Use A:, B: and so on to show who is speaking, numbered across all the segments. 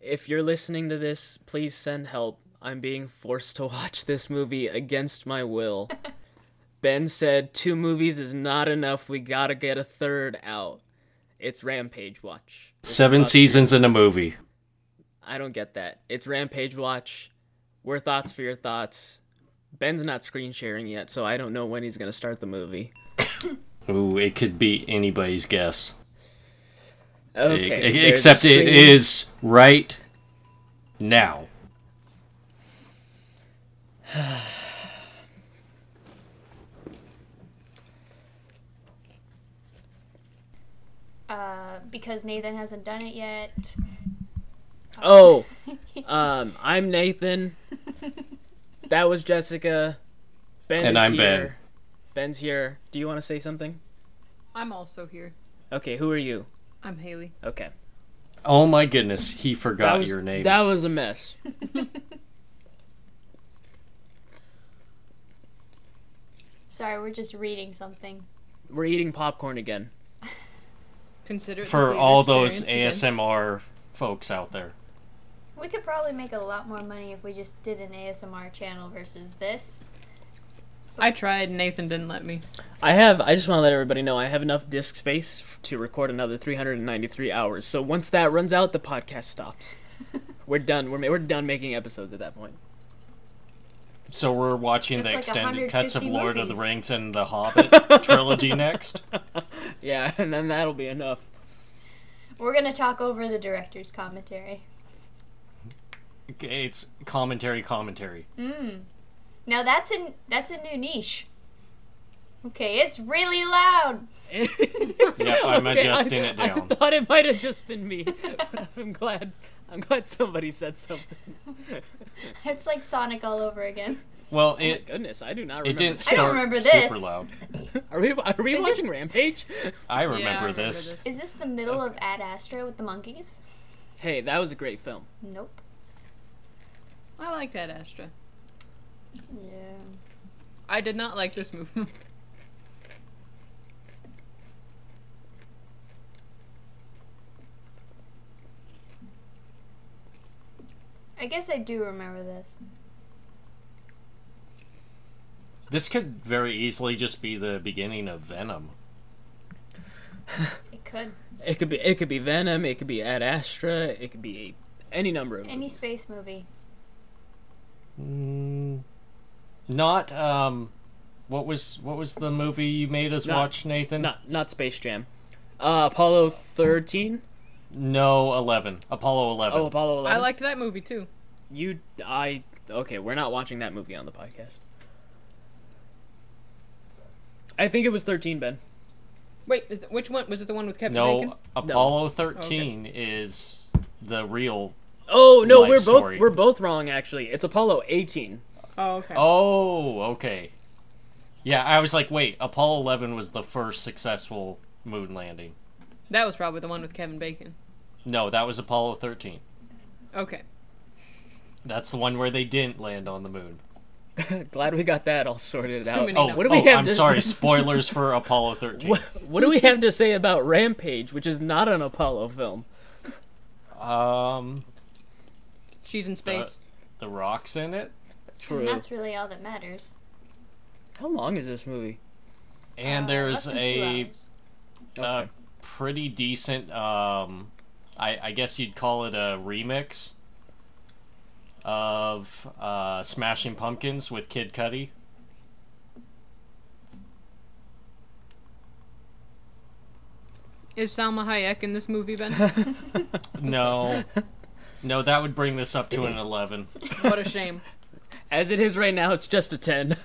A: If you're listening to this, please send help. I'm being forced to watch this movie against my will. ben said, Two movies is not enough. We gotta get a third out. It's Rampage Watch.
B: Seven seasons in a movie.
A: I don't get that. It's Rampage Watch. We're thoughts for your thoughts. Ben's not screen sharing yet, so I don't know when he's gonna start the movie.
B: Ooh, it could be anybody's guess.
A: Okay.
B: E-
A: there's
B: e-
A: a
B: except it
A: screen-
B: is right now.
C: Uh, because Nathan hasn't done it yet.
A: Oh, um, I'm Nathan. That was Jessica. Ben
B: And
A: is
B: I'm Ben.
A: here. Ben's here. Do you want to say something?
D: I'm also here.
A: Okay, who are you?
D: I'm Haley.
A: Okay.
B: Oh my goodness, he
A: That
B: forgot
A: was,
B: your name.
A: That was a mess.
C: Sorry, we're just reading something.
A: We're eating popcorn again.
D: Consider it the
B: For
D: theater
B: all those
D: experience again.
B: ASMR folks out there.
C: We could probably make a lot more money if we just did an ASMR channel versus this.
D: I tried. Nathan didn't let me.
A: I have. I just want to let everybody know I have enough disk space f- to record another 393 hours. So once that runs out, the podcast stops. we're done. We're ma- we're done making episodes at that point.
B: So we're watching
C: That's
B: the
C: like
B: extended cuts of
C: 150
B: Lord of the
C: movies.
B: Rings and the Hobbit trilogy next.
A: Yeah, and then that'll be enough.
C: We're gonna talk over the director's commentary.
B: Okay, It's commentary, commentary.
C: Hmm. Now that's a that's a new niche. Okay, it's really loud.
A: yeah,
B: Yep, I'm adjusting it down.
A: I thought it might have just been me, but I'm glad. I'm glad somebody said something.
C: It's like Sonic all over again.
B: Well,
A: My
B: it
A: goodness, Oh, I do not remember.
B: it didn't
A: this.
C: I
B: start
C: don't remember
B: super
C: this.
B: loud.
A: Are we are we
C: Is
A: watching
C: this-
A: Rampage?
B: I
D: Yeah,
B: remember,
D: I remember
B: this.
C: Is this the middle of Ad Astra with the monkeys?
A: Hey, that was a great film.
C: Nope.
D: I liked Ad Astra.
C: Yeah.
D: I did not like this movie.
C: I guess I do remember this.
B: This could very easily just be the beginning of Venom.
C: It could.
A: It could be it could be Venom. It could be Ad Astra. It could be any number of
C: Any space movie.
B: Mm, not um, what was what was the movie you made us
A: Not-
B: watch, Nathan?
A: not not Space Jam. Uh, Apollo 13.
B: No, eleven. Apollo eleven.
A: Oh, Apollo 11.
D: I liked that movie too.
A: you. I okay. We're not watching that movie on the podcast. I think it was 13, Ben.
D: Wait, is it, which one was it? The one with Kevin
B: no,
D: Bacon?
B: Apollo thirteen is the real.
A: Oh no,
B: Life
A: we're
B: story.
A: both we're both wrong actually. It's Apollo 18.
D: Oh, okay.
B: Oh, okay. Yeah, I was like, wait, Apollo eleven was the first successful moon landing.
D: That was probably the one with Kevin Bacon.
B: No, that was Apollo thirteen.
D: Okay.
B: That's the one where they didn't land on the moon.
A: Glad we got that all sorted out.
D: many
B: Oh,
D: numbers.
A: what do we
B: oh,
A: have
B: I'm
A: to-
B: sorry. Spoilers for Apollo 13.
A: What, what do we have to say about Rampage, which is not an Apollo film?
B: Um,
D: She's in space.
B: The Rock's in it,
C: And
A: True.
C: that's really all that matters.
A: How long is this movie?
B: and
C: Uh,
B: there's
C: less than two
B: a
C: hours.
B: uh,
A: Okay.
B: pretty decent. Um, I, I guess you'd call it a remix of uh, Smashing Pumpkins with Kid Cudi.
D: Is Salma Hayek in this movie, Ben?
B: No, no, that would bring this up to an eleven.
D: what a shame.
A: As it is right now, it's just a 10.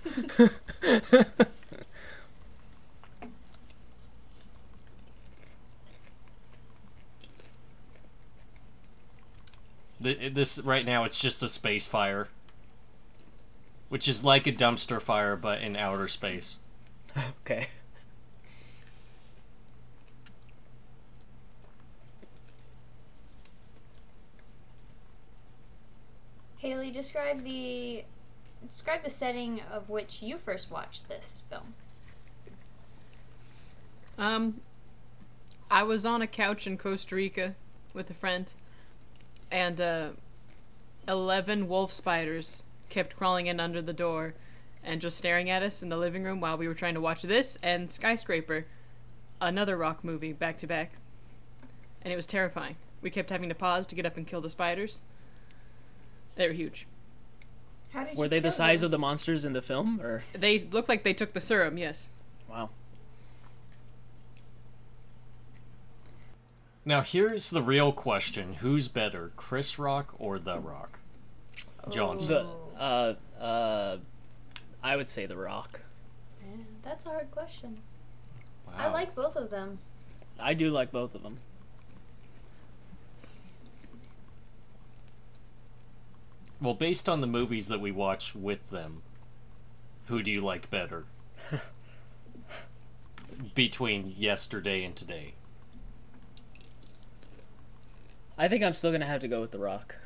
B: Th- This right now, it's just a space fire, which is like a dumpster fire but in outer space.
A: okay.
C: Haley, describe the describe the setting of which you first watched this film.
D: Um, I was on a couch in Costa Rica with a friend, and uh, 11 wolf spiders kept crawling in under the door and just staring at us in the living room while we were trying to watch this and Skyscraper, another rock movie, back to back. And it was terrifying. We kept having to pause to get up and kill the spiders. They were huge.
C: How did
A: Were
C: you
A: they the
C: kill
A: size
C: them?
A: of the monsters in the film? Or
D: They looked like they took the serum, yes.
A: wow.
B: Now here's the real question: Who's better, Chris Rock or The Rock?
C: Oh.
B: Johnson.
A: The uh uh, I would say The Rock.
C: Yeah, that's a hard question.
B: Wow.
C: I like both of them.
A: I do like both of them.
B: Well, based on the movies that we watch with them, who do you like better? Between yesterday and today.
A: I think I'm still gonna have to go with The Rock.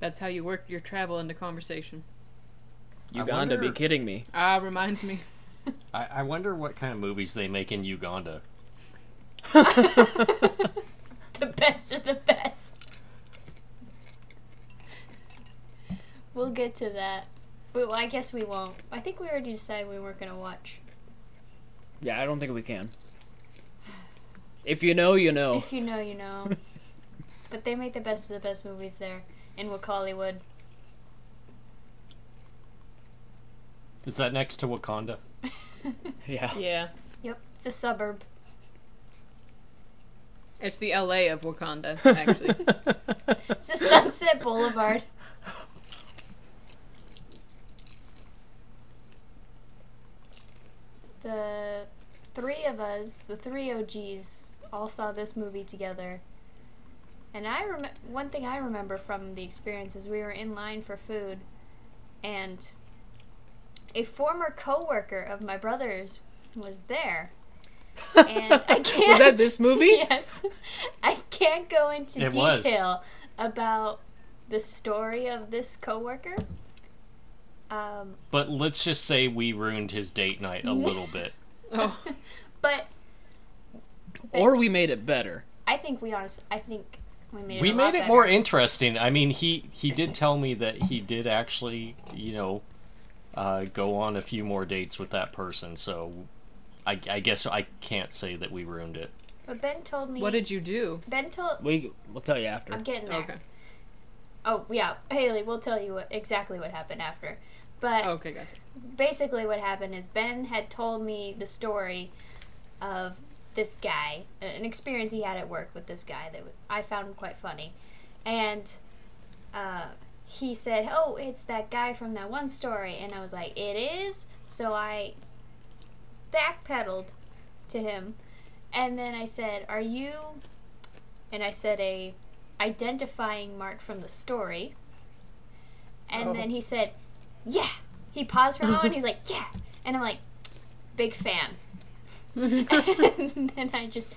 D: That's how you work your travel into conversation.
B: I
A: Uganda,
B: wonder-
A: be kidding me.
D: Ah, reminds me.
B: I, I wonder what kind of movies they make in Uganda.
C: The best of the best. we'll get to that. But well, I guess we won't. I think we already decided we weren't going to watch.
A: Yeah, I don't think we can. If you know, you know.
C: If you know, you know. but they make the best of the best movies there in Wakaliwood.
B: Is that next to Wakanda?
A: Yeah.
D: Yeah.
C: Yep, it's a suburb.
D: It's the LA of Wakanda, actually.
C: It's a Sunset Boulevard. The three of us, the three OGs, all saw this movie together. And I rem- one thing I remember from the experience is we were in line for food, and a former coworker of my brother's was there. And I can't.
A: Was that this movie?
C: Yes. I can't go into
B: It was.
C: detail about the story of this coworker. Um,
B: But let's just say we ruined his date night a little bit.
D: oh,
C: but
A: Or we made it better.
C: I think we honestly, I think we made it.
B: We
C: a lot
B: made it
C: better.
B: more interesting. I mean, he he did tell me that he did actually, you know, uh, go on a few more dates with that person. So, I, I guess I can't say that we ruined it.
C: But Ben told me.
D: what did you do?
C: Ben told?
A: We we'll tell you after.
C: I'm getting there.
D: Okay.
C: Oh yeah, Haley, we'll tell you what, exactly what happened after. But
D: Okay, gotcha.
C: basically what happened is Ben had told me the story of this guy, an experience he had at work with this guy that I found quite funny, and uh, he said, "Oh, it's that guy from that one story," and I was like, "It is." So I backpedaled to him, and then I said, "Are you?" And I said a identifying mark from the story, and then he said, "Yeah." He paused for a moment. He's like, "Yeah," and I'm like, "Big fan." and then I just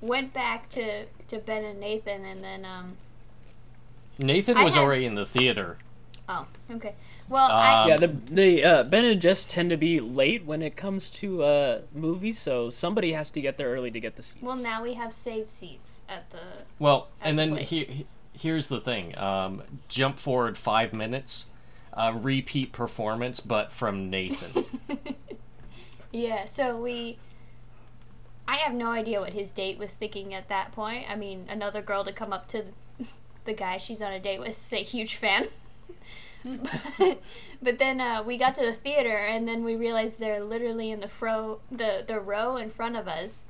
C: went back to to Ben and Nathan, and then um.
B: Nathan
C: I
B: was
C: had-
B: already in the theater.
C: Oh, okay. Well, I
A: yeah, the the uh, Ben and Jess tend to be late when it comes to uh, movies, so somebody has to get there early to get the seats.
C: well now we have saved seats at the.
B: Well, and
C: the
B: then
C: place.
B: he, he- here's the thing: um, jump forward five minutes, uh, repeat performance, but from Nathan.
C: Yeah, so we. I have no idea what his date was thinking at that point. I mean, another girl to come up to the guy she's on a date with, say huge fan.
A: Hmm.
C: but, but then uh, we got to the theater, and then we realized they're literally in the fro the the row in front of us,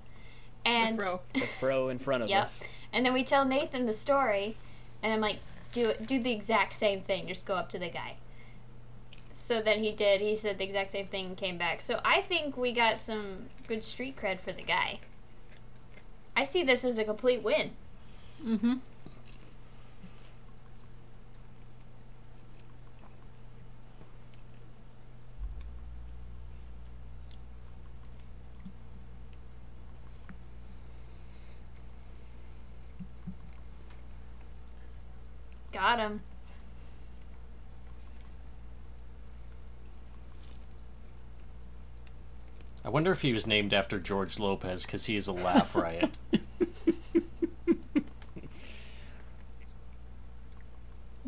C: and
D: Bro.
A: the fro in front of
C: Yep.
A: us.
C: And then we tell Nathan the story, and I'm like, do do the exact same thing. Just go up to the guy. So then he did. He said the exact same thing and came back. So I think we got some good street cred for the guy. I see this as a complete win.
D: Mm-hmm.
C: Got him.
B: I wonder if he was named after George Lopez because he is a laugh riot.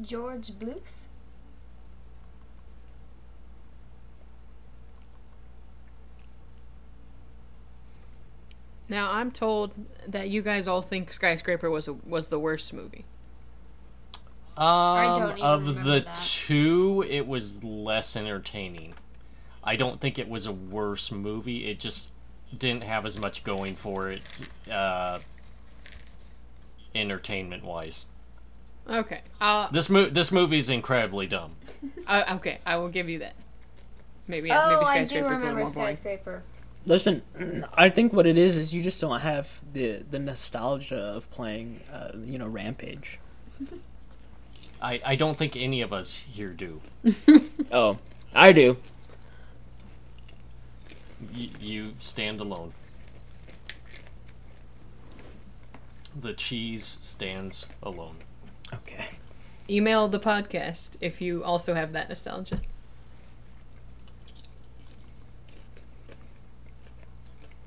C: George Bluth?
D: Now I'm told that you guys all think Skyscraper was a, was the worst movie.
B: Um,
C: don't even
B: of
C: remember
B: the
C: that.
B: two, it was less entertaining. I don't think it was a worse movie. It just didn't have as much going for it, uh, entertainment wise.
D: Okay, I'll,
B: This mo- this movie is incredibly dumb.
D: I, okay, I will give you that. Maybe yeah,
C: oh,
D: maybe
C: I do
D: Skyscraper's a little
C: remember
D: more boring.
C: Skyscraper.
E: Listen, I think what it is is you just don't have the the nostalgia of playing, uh, you know, Rampage.
B: I, I don't think any of us here do.
A: Oh, I do.
B: Y- you stand alone. The cheese stands alone.
E: Okay.
D: Email the podcast if you also have that nostalgia.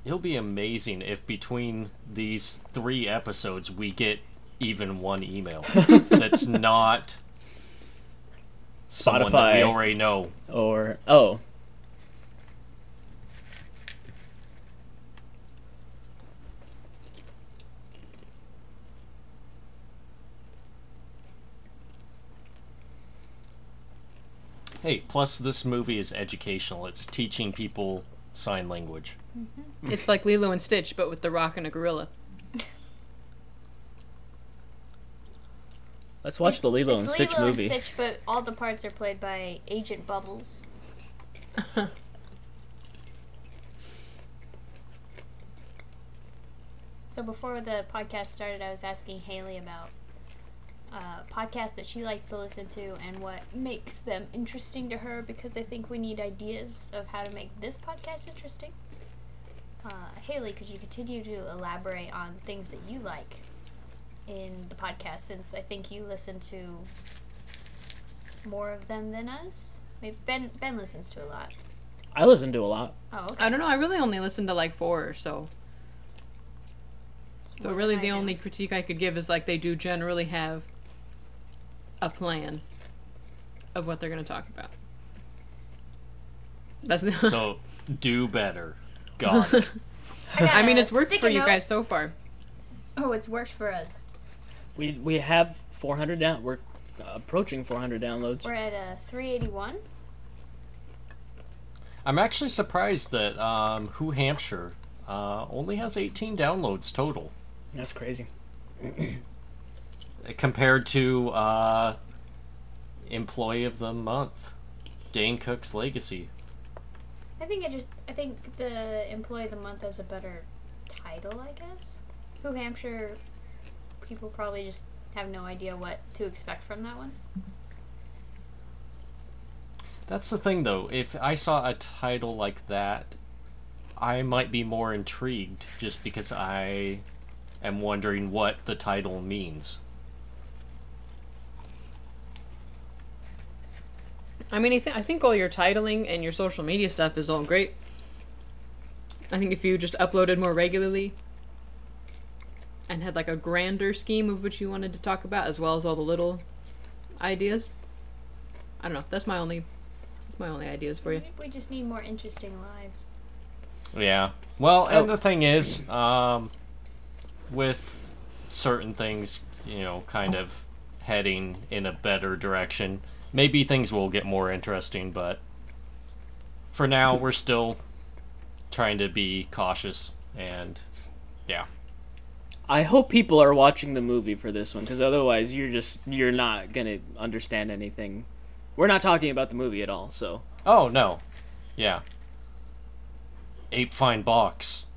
B: It'll be amazing if between these three episodes we get even one email that's not someone that we
A: Spotify.
B: already know.
A: Or oh,
B: Hey, plus this movie is educational. It's teaching people sign language.
D: It's like Lilo and Stitch, but with the Rock and a gorilla.
A: let's watch the Lilo
C: It's
A: and Stitch
C: Lilo
A: movie.
C: And Stitch, but all the parts are played by Agent Bubbles. so before the podcast started, I was asking Haley about uh, podcasts that she likes to listen to and what makes them interesting to her because I think we need ideas of how to make this podcast interesting. Uh, Haley, could you continue to elaborate on things that you like in the podcast since I think you listen to more of them than us. Maybe Ben Ben listens to a lot.
A: I listen to a lot.
C: Oh, okay.
D: I don't know. I really only listened to like four or so.
C: It's
D: So
C: more than
D: really,
C: I
D: the
C: do.
D: only critique I could give is like they do generally have a plan of what they're going to talk about. That's the.
B: So do better. God.
D: I mean,
C: got a
D: it's worked
C: sticky
D: for you
C: note.
D: guys so far.
C: Oh, it's worked for us.
A: We we have 400 down. We're uh, approaching 400 downloads.
C: We're at a 381.
B: I'm actually surprised that um, Who Hampshire uh, only has 18 downloads total
A: That's crazy.
B: eh, compared to uh, Employee of the Month, Dane Cook's Legacy.
C: I think I just I think the employee of the month has a better title, I guess. Who Hampshire people probably just have no idea what to expect from that one.
B: That's the thing, though. If I saw a title like that, I might be more intrigued just because I am wondering what the title means.
D: I mean, I, th- I think all your titling and your social media stuff is all great. I think if you just uploaded more regularly and had like a grander scheme of what you wanted to talk about, as well as all the little ideas. I don't know. That's my only. That's my only ideas for you.
C: We just need more interesting lives.
B: Yeah. Well, and
A: Oh.
B: the thing is, um, with certain things, you know, kind of heading in a better direction, maybe things will get more interesting, but for now, we're still trying to be cautious and, yeah.
A: I hope people are watching the movie for this one because otherwise you're just you're not gonna understand anything. We're not talking about the movie at all. So
B: Oh, no. Yeah. Ape Fine Box.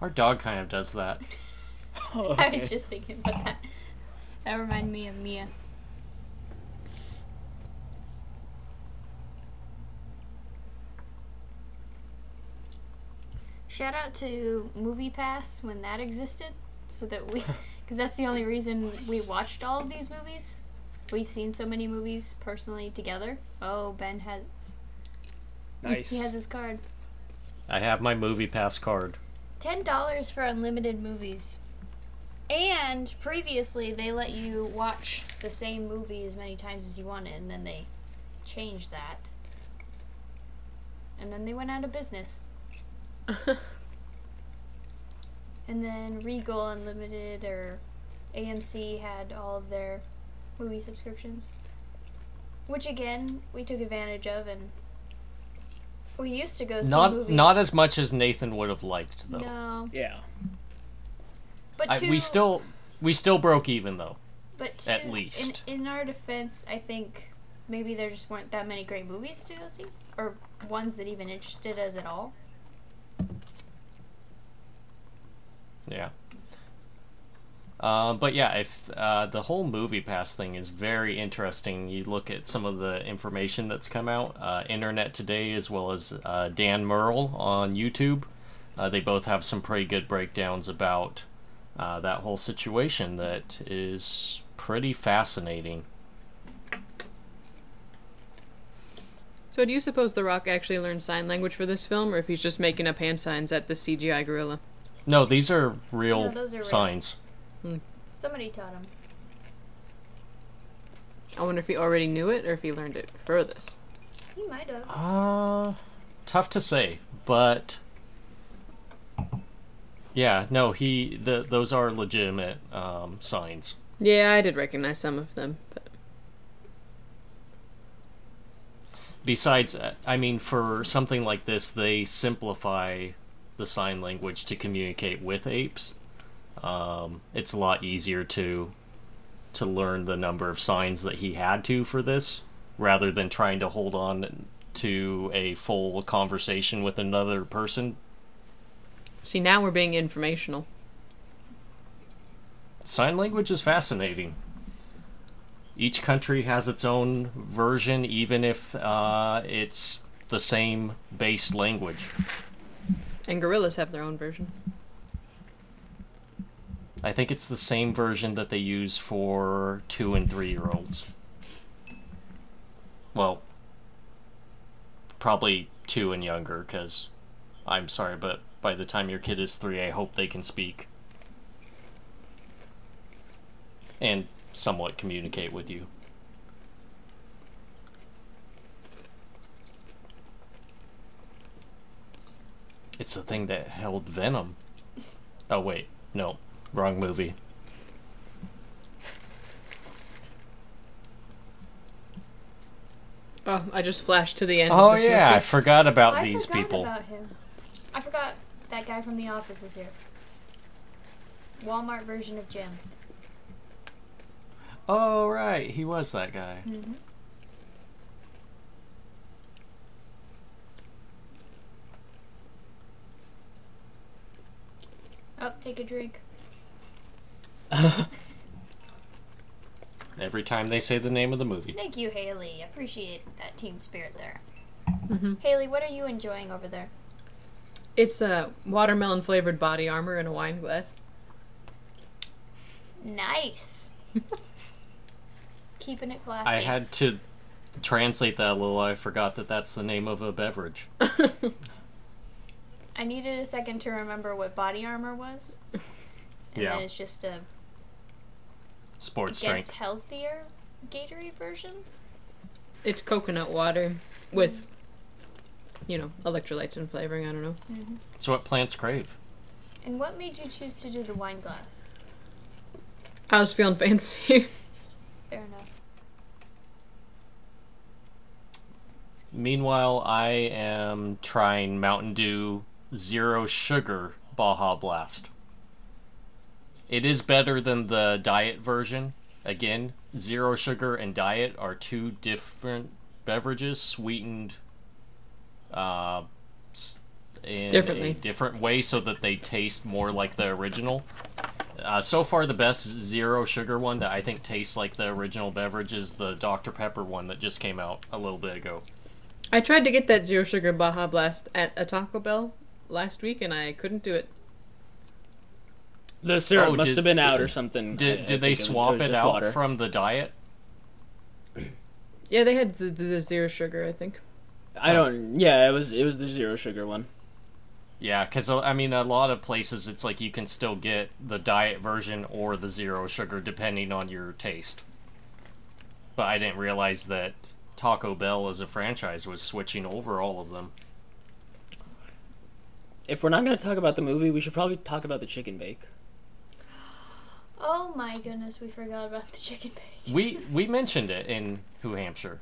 B: Our dog kind of does that.
C: I was just thinking about that. That reminded me of Mia. Shout out to Movie Pass when that existed, so that we because that's the only reason we watched all of these movies. We've seen so many movies personally together. Oh, Ben has
A: Nice.
C: he has his card.
B: I have my movie pass card.
C: Ten dollars for unlimited movies. And previously, they let you watch the same movie as many times as you wanted, and then they changed that. And then they went out of business. and then Regal Unlimited or AMC had all of their movie subscriptions, which again we took advantage of, and we used to go see
B: not
C: movies.
B: not as much as Nathan would have liked though.
C: no,
E: Yeah.
C: but
B: I,
C: two,
B: we still we still broke even though.
C: But
B: At
C: to-
B: least.
C: in, in our defense, I think maybe there just weren't that many great movies to go see, or ones that even interested us at all.
B: Yeah. Uh, but yeah, if uh, the whole movie pass thing is very interesting, you look at some of the information that's come out, uh, Internet Today as well as uh, Dan Merle on YouTube. Uh, they both have some pretty good breakdowns about uh, that whole situation that is pretty fascinating.
D: So, do you suppose The Rock actually learned sign language for this film, or if he's just making up hand signs at the CGI gorilla?
B: No, these are real
C: No, those are real.
B: signs.
C: Somebody taught him.
D: I wonder if he already knew it or if he learned it for this.
C: He might have.
B: Uh, tough to say, but yeah, no, he the those are legitimate um, signs.
D: Yeah, I did recognize some of them. But
B: Besides, uh, I mean, for something like this, they simplify the sign language to communicate with apes. Um, it's a lot easier to to learn the number of signs that he had to for this, rather than trying to hold on to a full conversation with another person
D: see, now we're being informational.
B: Sign language is fascinating. Each country has its own version, even if uh, it's the same base language.
D: And gorillas have their own version.
B: I think it's the same version that they use for two and three year olds. Well, probably two and younger, because I'm sorry, but by the time your kid is three, I hope they can speak and somewhat communicate with you. It's the thing that held Venom. Oh, wait. No. Wrong movie.
D: Oh, I just flashed to the end.
B: Oh
D: of this
B: yeah, I
D: movie.
B: forgot about
C: I
B: these
C: forgot
B: people.
C: about him. I forgot that guy from The Office is here. Walmart version of Jim.
B: Oh right, he was that guy.
C: Mm. Oh, take a drink.
B: Every time they say the name of the movie.
C: Thank you, Haley. Appreciate that team spirit there. Haley, what are you enjoying over there?
D: It's a watermelon flavored body armor in a wine glass.
C: Nice. Keeping it classy.
B: I had to translate that a little. I forgot that that's the name of a beverage.
C: I needed a second to remember what body armor was. And
B: Yeah.
C: then it's just a
B: Sports
C: guess
B: drink.
C: healthier Gatorade version.
D: It's coconut water with, you know, electrolytes and flavoring. I don't know.
B: It's what plants crave.
C: And what made you choose to do the wine glass?
D: I was feeling fancy.
C: Fair enough.
B: Meanwhile, I am trying Mountain Dew Zero Sugar Baja Blast. It is better than the diet version. Again, zero sugar and diet are two different beverages sweetened uh, s- in
D: Differently.
B: a different way so that they taste more like the original. Uh, so far, the best zero sugar one that I think tastes like the original beverage is the Dr. Pepper one that just came out a little bit ago.
D: I tried to get that zero sugar Baja Blast at a Taco Bell last week and I couldn't do it.
A: The syrup
B: Oh,
A: must
B: did-
A: have been out or something.
B: Did,
A: I- I
B: did
A: think
B: they
A: was-
B: swap
A: was
B: it
A: just
B: out
A: water.
B: from the diet?
D: Yeah, they had the, the, the zero sugar, I think.
A: I don't. Yeah, it was it was the zero sugar one.
B: Yeah, because I mean, a lot of places it's like you can still get the diet version or the zero sugar depending on your taste. But I didn't realize that Taco Bell as a franchise was switching over all of them.
A: If we're not gonna talk about the movie, we should probably talk about the chicken bake.
C: Oh my goodness, we forgot about the chicken bake.
B: We we mentioned it in Who Hampshire.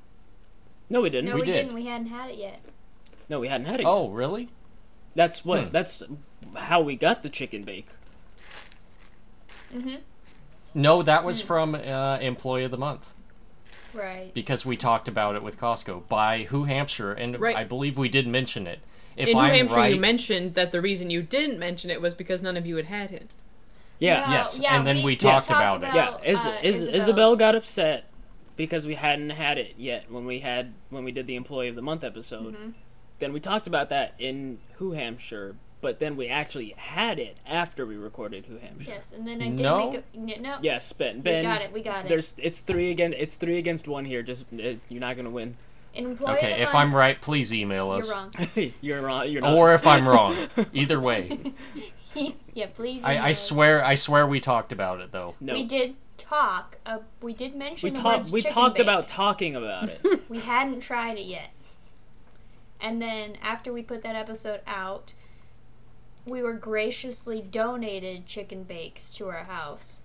A: No, we didn't.
C: No,
B: We
C: we,
B: did.
C: didn't. We hadn't had it yet.
A: No, we hadn't had it. yet.
B: Oh, really?
A: that's what.
B: hmm.
A: That's how we got the chicken bake.
B: No, that was from uh, Employee of the Month
C: Right.
B: because we talked about it with Costco by Who Hampshire, and
D: Right.
B: I believe we did mention it. If
D: In New
B: I'm
D: Hampshire,
B: right,
D: you mentioned that the reason you didn't mention it was because none of you had had it.
A: Yeah.
B: yes, and then we talked about it.
A: Yeah. Is,
C: uh,
A: is,
C: Isabel's-
A: Isabel got upset because we hadn't had it yet when we had when we did the employee of the month episode.
C: Mm-hmm.
A: Then we talked about that in Who Hampshire, but then we actually had it after we recorded Who Hampshire.
C: Yes, and then I did
B: No?
C: make a. n- No.
A: Yes, Ben. Ben,
C: got it, we got it.
A: There's it's three again. It's three against one here. Just uh, you're not gonna win.
C: An employee of
B: okay,
C: the
B: if
C: month-
B: I'm right, please email us.
C: You're wrong.
A: you're wrong. You're not.
B: Or if I'm wrong, either way.
C: yeah, please.
B: I,
C: email
B: I
C: us.
B: swear, I swear, we talked about it though.
A: no.
C: We did talk. Uh, we did mention
A: We
C: the
A: talked.
C: words
A: We
C: chicken
A: talked
C: bake.
A: about talking about it.
C: We hadn't tried it yet. And then after we put that episode out, we were graciously donated chicken bakes to our house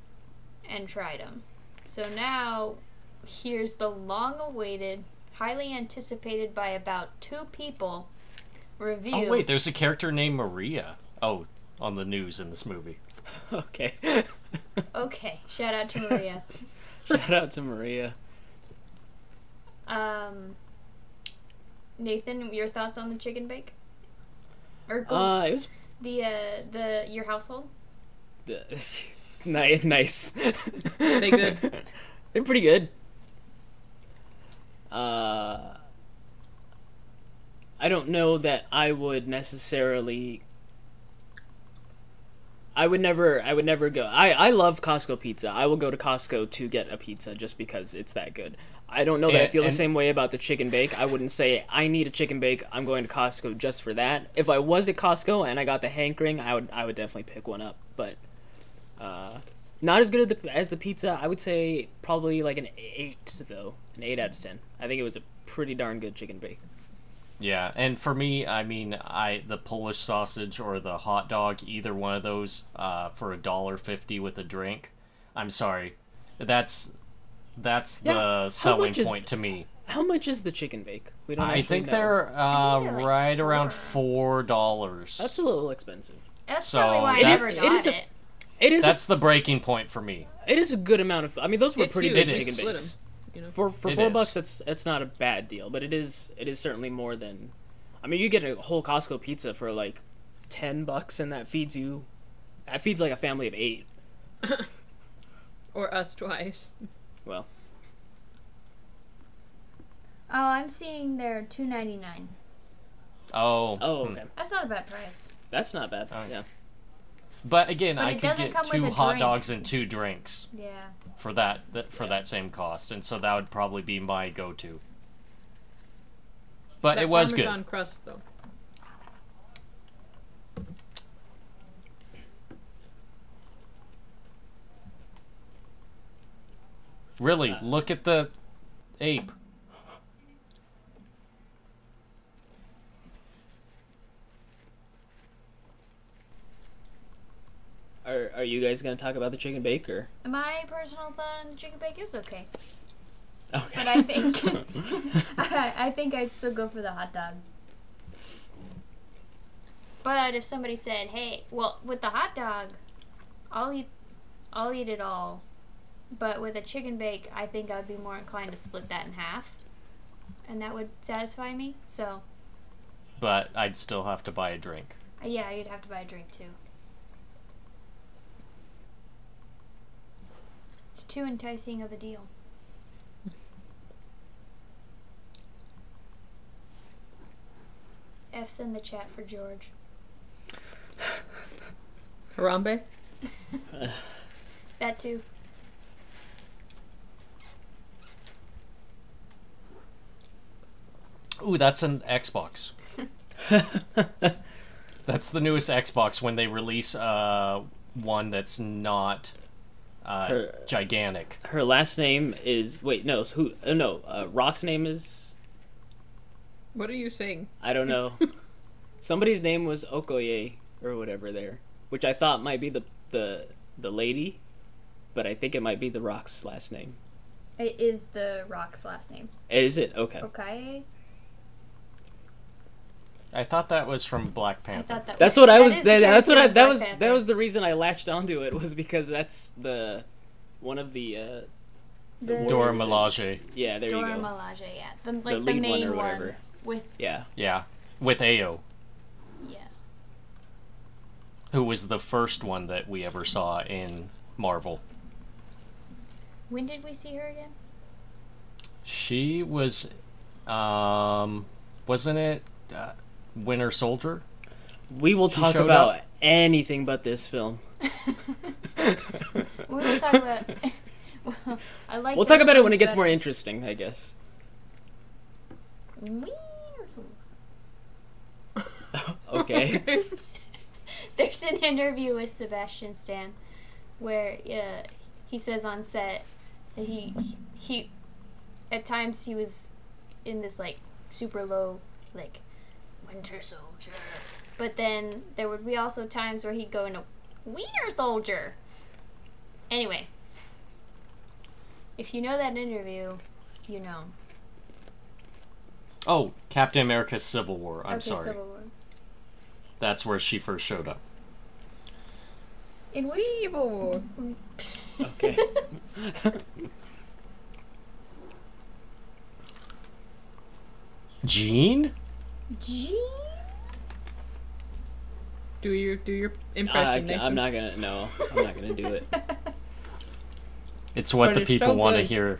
C: and tried them. So now here's the long awaited, highly anticipated by about two people review.
B: Oh wait, there's a character named Maria. Oh, on the news in this movie.
A: okay.
C: Okay, shout out to Maria.
A: Shout out to Maria.
C: um, Nathan, your thoughts on the chicken bake? Or
A: Uh, it was
C: the uh, the your household?
A: nice. Nice.
D: They good.
A: They're pretty good. Uh, I don't know that I would necessarily. I would never. I would never go. I I love Costco pizza. I will go to Costco to get a pizza just because it's that good. I don't know that I
B: And-
A: feel
B: and-
A: the same way about the chicken bake. I wouldn't say I need a chicken bake. I'm going to Costco just for that. If I was at Costco and I got the hankering, I would I would definitely pick one up. But uh, not as good as the, as the pizza. I would say probably like an eight though, an eight out of ten. I think it was a pretty darn good chicken bake.
B: Yeah, and for me, I mean, I the Polish sausage or the hot dog, either one of those, uh, for a dollar fifty with a drink. I'm sorry, that's that's
A: Yeah,
B: the
A: how
B: selling
A: much is-
B: point to me.
A: How much is the chicken bake? We don't.
B: I
A: actually
B: think
A: know.
B: they're, uh,
C: they're, like,
B: right around four
C: four.
B: dollars.
A: That's a little expensive.
C: That's
B: So,
C: probably why I
B: It
C: never
A: is- it
C: got
A: is
C: it.
A: a- It is.
B: that's the breaking point for me.
A: a, it is a good amount of. I mean, those were
D: It's
A: pretty
D: huge.
A: good
B: It
A: chicken
B: is.
D: Split
A: bakes.
D: 'em, you know?
A: For for
B: It
A: four
B: is.
A: bucks, that's that's not a bad deal, but it is it is certainly more than. I mean, you get a whole Costco pizza for like ten bucks, and that feeds you. That feeds like a family of eight.
D: Or us twice.
B: Uh,
A: Well,
C: Oh, I'm seeing they're two ninety nine.
B: Oh,
A: oh,
B: hmm.
A: okay.
C: That's not a bad price.
A: that's not bad.
B: Alright.
A: Yeah,
B: But again,
C: But
B: I
C: it
B: could
C: doesn't
B: get
C: come
B: two
C: with a
B: hot
C: drink.
B: dogs and two drinks
C: Yeah.
B: for that, that for that same cost, and so that would probably be my go-to. But
D: That
B: it was
D: Parmesan
B: good.
D: crust, though.
B: Really, look at the ape.
A: are are you guys gonna talk about the chicken bake or?
C: My personal thought on the chicken bake is okay,
A: Okay.
C: but I think I, I think I'd still go for the hot dog. But if somebody said, "Hey, well, with the hot dog, I'll eat, I'll eat it all," but with a chicken bake, I think I'd be more inclined to split that in half, and that would satisfy me. So
B: But I'd still have to buy a drink.
C: yeah, you'd have to buy a drink too. It's too enticing of a deal. F's in the chat for George.
D: Harambe?
C: That too.
B: Ooh, that's an Xbox. that's the newest Xbox when they release uh, one that's not uh,
A: Her-
B: gigantic.
A: Her last name is wait no so who uh, no uh, Rock's name is
D: What are you saying?
A: I don't know. Somebody's name was Okoye or whatever there, which I thought might be the the the lady, but I think it might be the Rock's last name.
C: It is the rock's last name.
A: Is it okay?
C: Okay.
B: I thought that was from Black
C: I
B: Panther.
C: thought that.
A: That's
C: was,
A: what I was.
C: is the
A: That, that's what I.
C: character
A: That
C: of
A: was.
C: Black
A: That
C: Panther.
A: was the reason I latched onto it was because that's the one of the. Uh,
C: the
B: Dora
A: Warriors.
B: Milaje.
A: yeah, there
C: Dora
A: you go.
C: Milaje, yeah, the like
A: The
C: the,
A: lead one
C: main
A: or
C: one,
A: whatever.
C: with
A: Yeah,
B: Yeah, with Ao,
C: yeah,
B: who was the first one that we ever saw in Marvel.
C: When did we see her again?
B: She was, um, wasn't it uh, Winter Soldier?
A: we will talk
B: showed
A: about
B: up.
A: anything but this film.
C: We will talk about. well, I like.
A: We'll
C: that
A: talk about
C: she
A: it when it
C: was
A: gets more
C: better.
A: interesting, I guess. Okay.
C: There's an interview with Sebastian Stan, where uh, he says on set that he he, at times he was, in this like super low like, Winter Soldier, but then there would be also times where he'd go into Wiener Soldier. Anyway, if you know that interview, you know.
B: Oh, Captain America: Civil War. I'm
C: okay,
B: sorry,
C: Civil War.
B: that's where she first showed up.
C: In which
D: Civil War.
A: okay.
B: Jean?
C: Gee.
D: Do your do
B: Uh,
D: your
A: I,
D: impression.
A: am
D: Nathan.
A: Uh, not gonna. No, I'm not gonna do it.
B: It's what
D: But
B: the
D: it's
B: people
D: so
B: want to
D: good.
B: hear.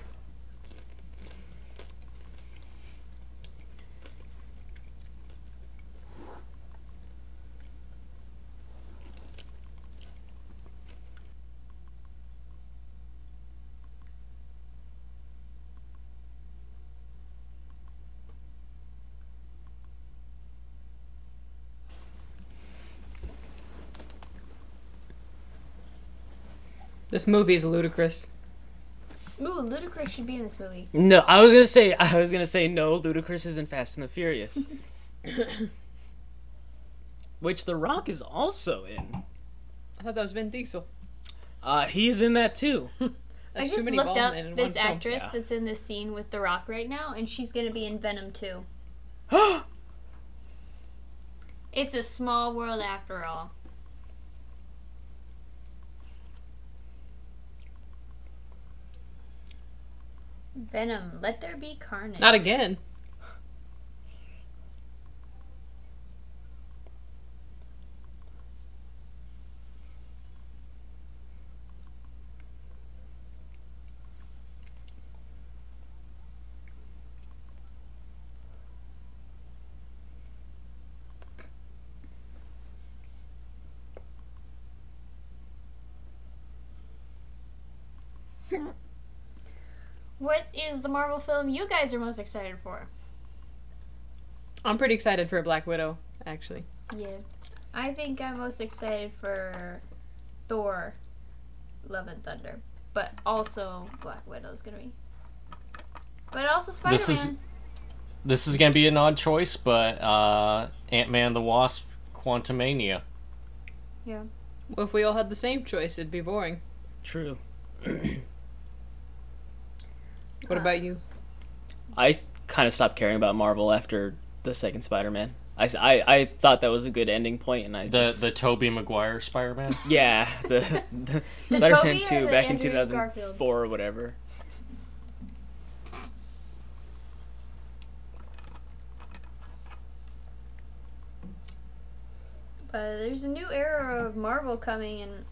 D: This movie is ludicrous.
C: Ooh, Ludacris should be in this movie.
A: No, I was gonna say. I was gonna say no. Ludacris is in Fast and the Furious, which The Rock is also in.
D: I thought that was Vin Diesel.
A: Uh, he's in that too.
D: That's
C: I
D: too
C: just
D: many
C: looked
D: bald
C: up
D: men in
C: this
D: one film.
C: actress that's in this scene with The Rock right now, and she's gonna be in Venom 2. it's a small world after all. Venom, let there be carnage.
D: Not again.
C: What is the Marvel film you guys are most excited for?
D: I'm pretty excited for Black Widow, actually.
C: Yeah. I think I'm most excited for Thor, Love and Thunder, but also Black Widow's gonna be. But also Spider Man.
B: This is- This is gonna be an odd choice, but uh, Ant Man the Wasp, Quantumania.
C: Yeah.
D: Well, if we all had the same choice, it'd be boring.
A: True.
D: What about you?
A: I kind of stopped caring about Marvel after the second Spider-Man. I, s- I- I thought that was a good ending point, and I
B: The
A: just,
B: the Toby Maguire Spider Man.
A: yeah the, the,
C: The
A: Spider-Man
C: Toby or
A: two
C: the
A: back in
C: Andrew
A: two thousand
C: Garfield?
A: four or whatever.
C: But there's a new era of Marvel coming, and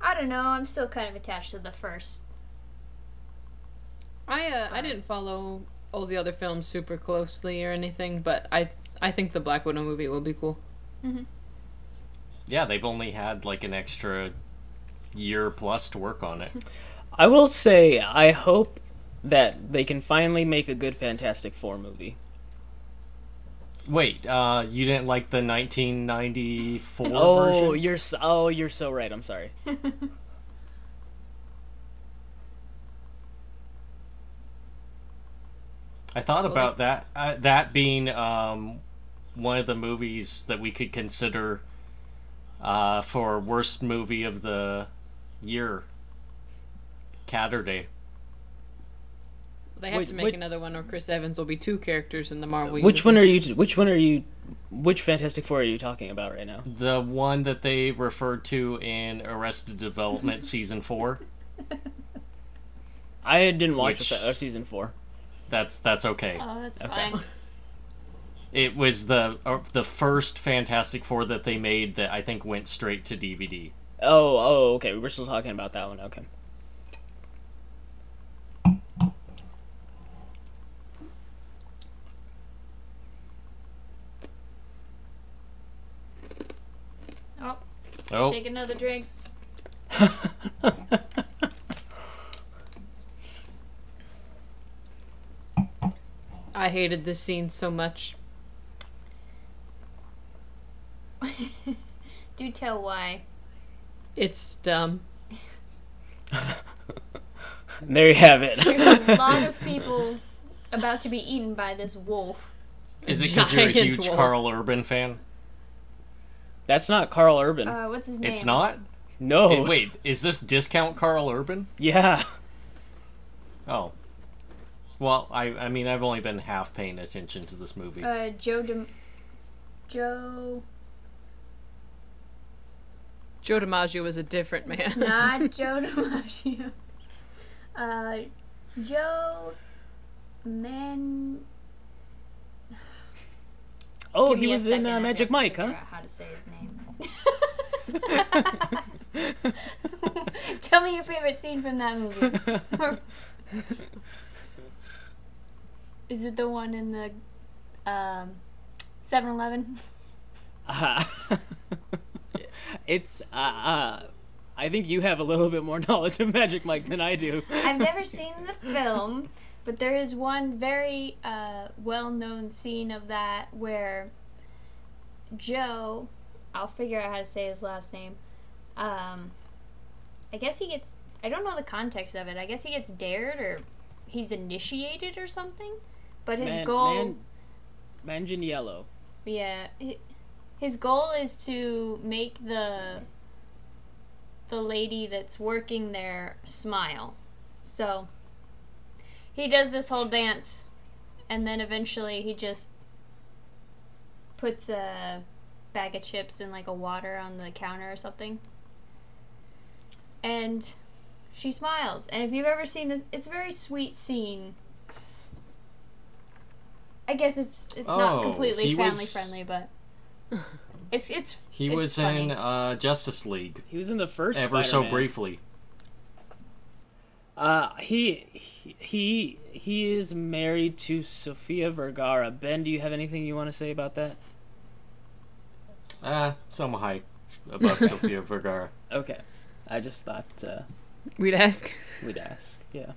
C: I don't know, I'm still kind of attached to the first.
D: I uh, I didn't follow all the other films super closely or anything, but I I think the Black Widow movie will be cool.
B: yeah, they've only had like an extra year plus to work on it.
A: I will say, I hope that they can finally make a good Fantastic Four movie.
B: Wait, uh, you didn't like the 1994
A: Oh,
B: version?
A: you're s oh, you're so right. I'm sorry.
B: I thought about that. Uh, that being um, one of the movies that we could consider uh, for worst movie of the year. Catterday.
D: They have
A: Wait,
D: to make
A: wait.
D: another one, or Chris Evans will be two characters in the Marvel.
A: Which one
D: universe.
A: are you? Which one are you? Which Fantastic Four are you talking about right now?
B: The one that they referred to in Arrested Development season four.
A: I didn't watch
B: Which-
A: the fa- uh, season four.
B: That's that's okay.
D: Oh, that's
A: Okay.
D: fine.
B: It was the uh, the first Fantastic Four that they made that I think went straight to DVD.
A: Oh, oh, okay. We were still talking about that one. Okay.
C: Oh,
B: Oh,
C: take another drink.
D: I hated this scene so much.
C: Do tell why.
D: It's dumb.
A: There you have it.
C: There's a lot of people about to be eaten by this wolf.
B: is it because you're a
D: Giant
B: huge
D: wolf.
B: Carl Urban fan?
A: That's not Carl Urban.
C: Uh, what's his name?
B: It's not.
A: no.
B: Hey, wait, is this discount Carl Urban?
A: Yeah.
B: Oh. Well, I I mean I've only been half paying attention to this movie.
C: Uh, Joe Dem- Joe.
D: Joe DiMaggio was a different man.
C: Not Joe DiMaggio. Uh, Joe. Man.
A: Oh,
C: Give
A: he
C: me a
A: was in
C: second,
A: uh,
C: I've
A: Magic
C: gotta
A: Mike,
C: figure
A: huh?
C: out How to say his name? Tell me your favorite scene from that movie. Is it the one in the um, 7-Eleven?
A: Uh, it's uh, uh, I think you have a little bit more knowledge of Magic Mike than I do.
C: I've never seen the film, but there is one very uh, well known scene of that where Joe, I'll figure out how to say his last name. Um, I guess he gets, I don't know the context of it. I guess he gets dared or he's initiated or something. But his goal,
A: Man, Manjin Yellow.
C: yeah, hi- his goal is to make the the lady that's working there smile. So he does this whole dance, and then eventually he just puts a bag of chips and like a water on the counter or something. And she smiles. And if you've ever seen this, it's a very sweet scene. I guess it's it's
B: Oh,
C: not completely
B: he
C: family
B: was-
C: friendly, but it's it's
B: he
C: it's
B: was
C: funny.
B: in uh, Justice League
A: He was in the first.
B: ever so
A: Spider-Man.
B: briefly.
A: Uh, he he- he he is married to Sofia Vergara. Ben, do you have anything you want to say about that?
B: Uh, some height above Sofia Vergara.
A: Okay, I just thought uh,
D: We'd ask.
A: we'd ask. Yeah.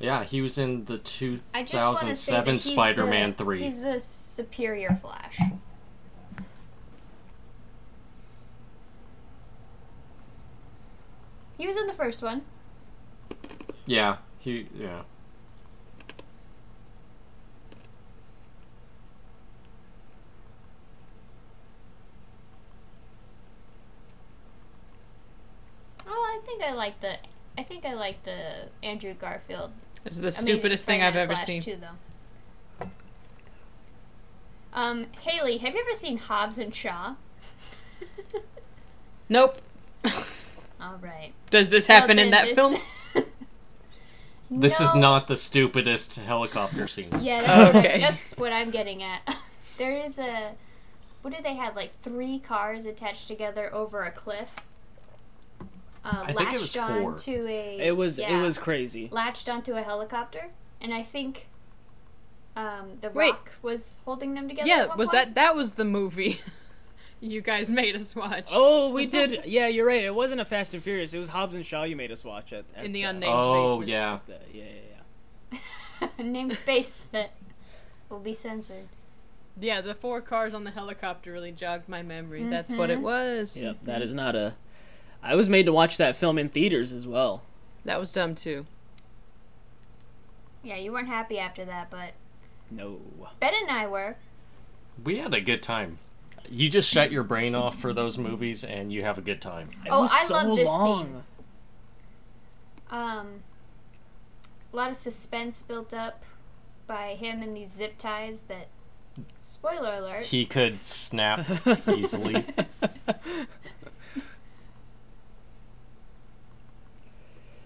B: Yeah, he was in the
C: I just want to say that
B: 2007
C: he's
B: Spider-Man
C: the,
B: 3.
C: He's the superior Flash. He was in the first one.
B: Yeah, he yeah.
C: Oh, I think I like the. I think I like the Andrew Garfield.
D: This is the
C: Amazing
D: stupidest thing I've
C: Spider-Man
D: ever
C: Flash
D: seen.
C: Too, though. Um, Haley, have you ever seen Hobbs and Shaw?
D: Nope.
C: All right.
D: Does this happen in that film?
C: film.
B: This is not the stupidest helicopter scene.
C: Yeah,
E: Oh,
C: that's, what, I,
D: Okay.
C: that's what I'm getting at. there is a. What do they have? Like three cars attached together over a cliff? uh,
B: I think it was
C: latched on
B: four.
C: to a.
E: It was
C: yeah,
E: it was crazy.
C: latched onto a helicopter, and I think um, the
D: Wait.
C: rock was holding them together. at
D: Yeah,
C: one
D: was
C: point.
D: that that was the movie you guys made us watch
E: Oh, we did. Yeah, you're right. It wasn't a Fast and Furious. It was Hobbs and Shaw. You made us watch it
D: in the
E: unknown.
D: unnamed
B: oh
D: basement?
B: yeah,
E: yeah, yeah, yeah.
C: name space that will be censored?
D: Yeah, the four cars on the helicopter really jogged my memory. That's what it was.
E: Yep, that is not a. I was made to watch that film in theaters as well.
D: That was dumb too.
C: Yeah, you weren't happy after that, but
E: No.
C: Ben and I were.
B: we had a good time. You just shut your brain off for those movies, and you have a good time.
E: It
C: Oh,
E: was
C: I
E: so
C: love this
E: long.
C: scene. Um, a lot of suspense built up by him and these zip ties that. Spoiler alert.
B: He could snap easily.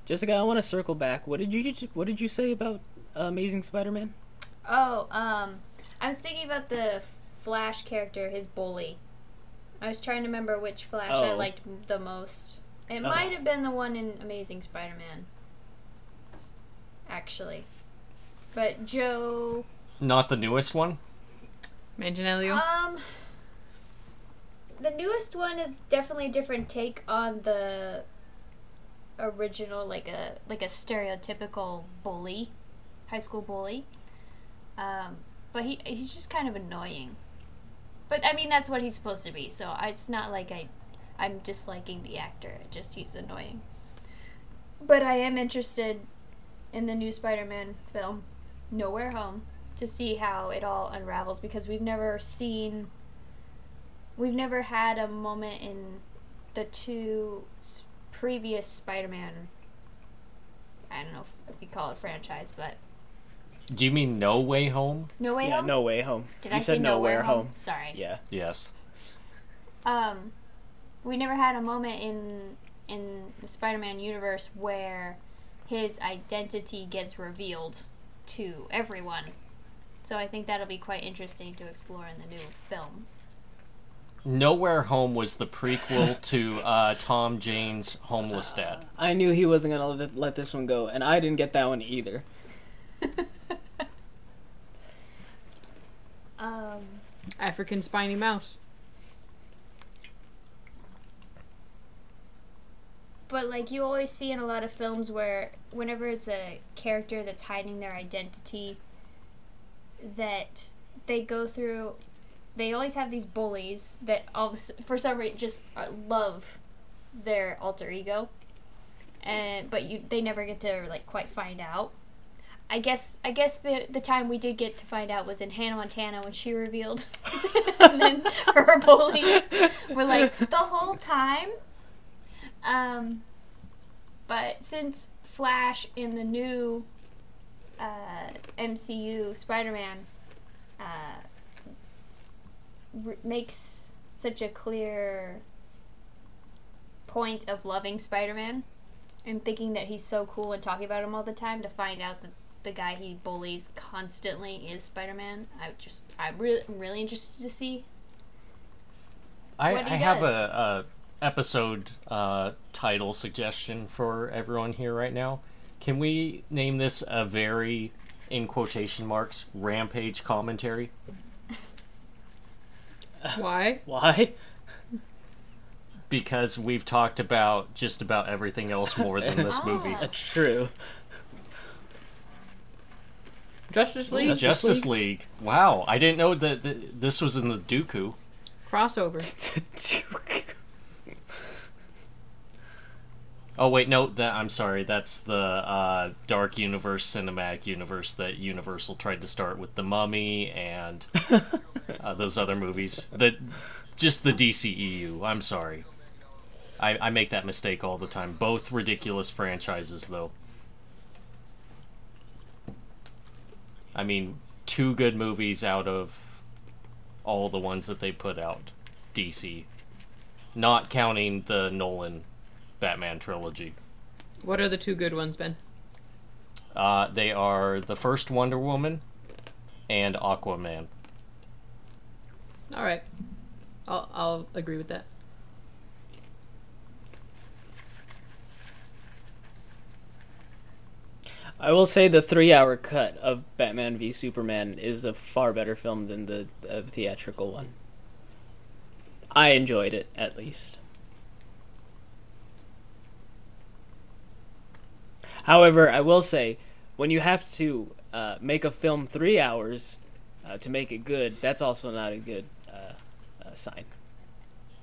E: Jessica, I want to circle back. What did you what did you say about uh, Amazing Spider-Man?
C: Oh, um, I was thinking about the Flash character, his bully. I was trying to remember which Flash I
E: Oh.
C: liked m- the most. It might have been the one in Amazing Spider-Man, actually. But Joe,
B: Not the newest one.
D: Manganiello.
C: um, the newest one is definitely a different take on the original, like a like a stereotypical bully, high school bully. Um, but he he's just kind of annoying. But I mean, that's what he's supposed to be. So I- it's not like I, I'm disliking the actor. It just he's annoying. But I am interested in the new Spider-Man film, Nowhere Home, to see how it all unravels because we've never seen. We've never had a moment in the two s- previous Spider-Man. I don't know if, if you call it franchise, but
B: Do you mean No Way Home?
C: No Way
E: Yeah,
C: Home.
E: No Way Home.
C: Did
E: you
C: I
E: said
C: say
E: Nowhere
C: nowhere
E: Home.
C: Sorry.
E: Yeah.
B: Yes.
C: Um, we never had a moment in in the Spider-Man universe where his identity gets revealed to everyone. So I think that'll be quite interesting to explore in the new film.
B: Nowhere Home was the prequel to uh, Tom Jane's Homeless Dad.
E: I knew he wasn't gonna let, let this one go, and I didn't get that one either.
C: Um,
D: African spiny mouse.
C: but like you always see in a lot of films where whenever it's a character that's hiding their identity that they go through they always have these bullies that all of a s- for some reason just uh, love their alter ego and but you they never get to like quite find out I guess I guess the the time we did get to find out was in Hannah Montana when she revealed, and then her bullies were like the whole time. Um, but since Flash in the new uh, MCU Spider-Man uh, r- makes such a clear point of loving Spider-Man and thinking that he's so cool and talking about him all the time, to find out that the guy he bullies constantly is Spider-Man, I just I'm really I'm really interested to see.
B: I,
C: What he
B: I have
C: does.
B: a, a episode uh, title suggestion for everyone here right now. Can we name this a very, in quotation marks, rampage commentary?
D: Uh. Why?
E: Why?
B: Because we've talked about just about everything else more than this movie. uh,
C: Ah.
E: That's true.
D: Justice League
B: Justice, League. Wow, I didn't know that th- this was in the Dooku.
D: crossover.
B: Oh wait, no, that I'm sorry. That's the uh, Dark Universe cinematic universe that Universal tried to start with the Mummy and uh, those other movies. That just the DCEU. I'm sorry. I, I make that mistake all the time. Both ridiculous franchises, though. I mean, two good movies out of all the ones that they put out, DC. Not counting the Nolan Batman trilogy.
D: What are the two good ones, Ben?
B: Uh, they are the first Wonder Woman and Aquaman.
D: All right, I'll I'll agree with that.
A: I will say the three-hour cut of Batman v Superman is a far better film than the uh, theatrical one. I enjoyed it at least. However, I will say, when you have to uh, make a film three hours uh, to make it good, that's also not a good uh, uh, sign.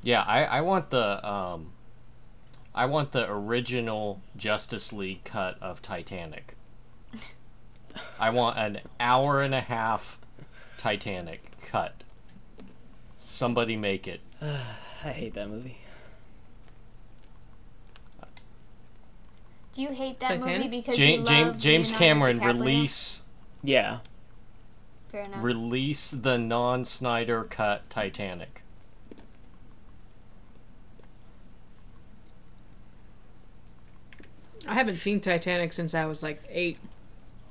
B: Yeah, I, I want the um, I want the original Justice League cut of Titanic. I want an hour and a half Titanic cut. Somebody make it.
A: I hate that movie.
C: Do you hate that
D: Titanic?
C: movie because you
B: James
C: love
B: James, James
C: Leonardo
B: Cameron
C: DiCaprio?
B: release
A: Yeah,
C: Fair enough.
B: release the non-Snyder cut Titanic.
D: I haven't seen Titanic since I was like eight.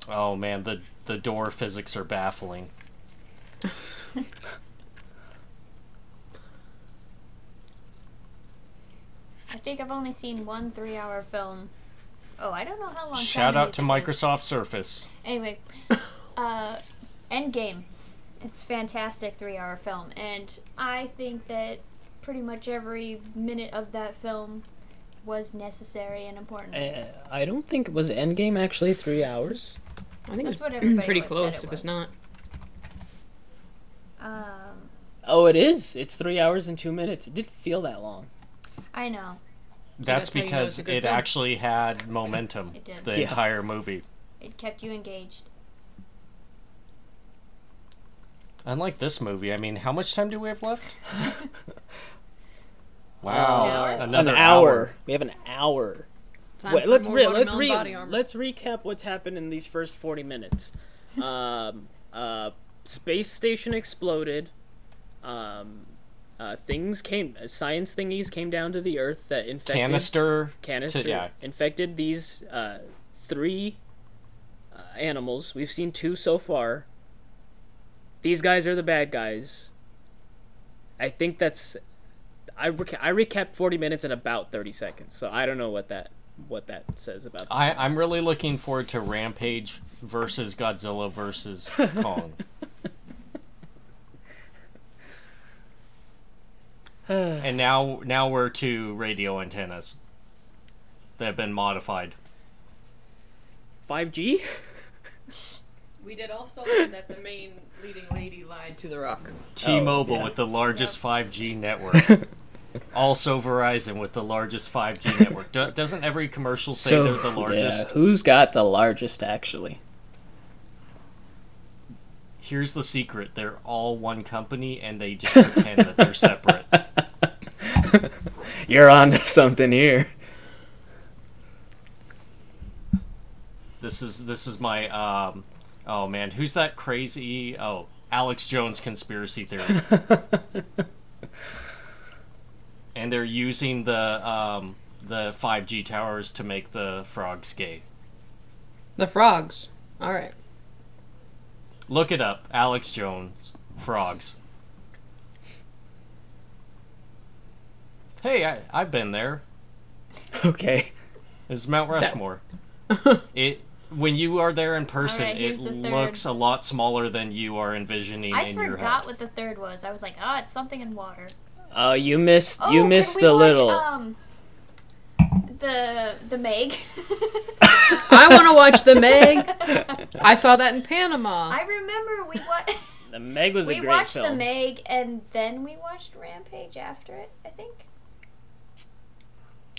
B: Oh man, the the door physics are baffling.
C: I think I've only seen one three-hour film. Oh, I don't know how long.
B: Shout
C: Simon
B: out to
C: Music is.
B: Microsoft Surface.
C: Anyway, uh, Endgame. It's a fantastic three-hour film, and I think that pretty much every minute of that film was necessary and important.
A: I,
B: Eh.
A: Uh, I don't think was Endgame actually three hours.
D: I think
C: That's
D: it's
C: what everybody
D: pretty
C: was- said
D: close.
C: it
D: if it's
C: was.
D: not,
C: Um,
A: Oh, it is. It's three hours and two minutes. It didn't feel that long.
C: I know
B: That's,
D: that's how you know
B: because
D: it's a
B: it
D: good film.
B: actually had momentum.
C: It did.
B: The
A: Yeah.
B: entire movie.
C: it kept you engaged.
B: Unlike this movie, I mean, how much time do we have left? wow,
C: An hour?
B: another
A: an hour. We have an hour.
D: time
A: Wait,
D: for
A: let's
D: more
A: re- let's
D: watermelon
A: re-
D: body armor.
A: let's recap what's happened in these first forty minutes. Um, uh, space station exploded. Um, uh, things came. uh, Science thingies came down to the Earth that infected
B: Canister.
A: canister
B: to- yeah.
A: infected these uh, three uh, animals. We've seen two so far. These guys are the bad guys. I think that's. I reca- I recapped forty minutes in about thirty seconds, so I don't know what that what that says about.
B: I, I'm really looking forward to Rampage versus Godzilla versus Kong. and now, now we're to radio antennas that have been modified.
A: Five G.
D: we did also learn that the main leading lady lied to The Rock.
B: T-Mobile
A: yeah.
B: with the largest 5G network. also Verizon with the largest 5G network. Do- doesn't every commercial say they're the largest?
A: who's got the largest actually?
B: Here's the secret: they're all one company, and they just pretend that they're separate.
A: You're onto something here.
B: This is this is my um. Oh man, who's that crazy? Oh, Alex Jones conspiracy theory. and they're using the um the 5G towers to make the frogs gay.
D: The frogs. All right.
B: Look it up, Alex Jones frogs. Hey, I, I've been there.
A: Okay.
B: It's Mount Rushmore. it when you are there in person,
C: Alright,
B: it
C: here's the third.
B: looks a lot smaller than you are envisioning
C: I
B: in your
C: forgot
B: head.
C: what the third was. I was like, oh, it's something in water.
A: Oh, you missed
C: Oh,
A: you
C: can
A: missed
C: we
A: the
C: watch,
A: little.
C: Um, the the Meg.
D: I want to watch The Meg. I saw that in Panama.
C: I remember we wa-
A: the Meg was a
C: we
A: great
C: watched
A: film.
C: the Meg and then we watched Rampage after it. I think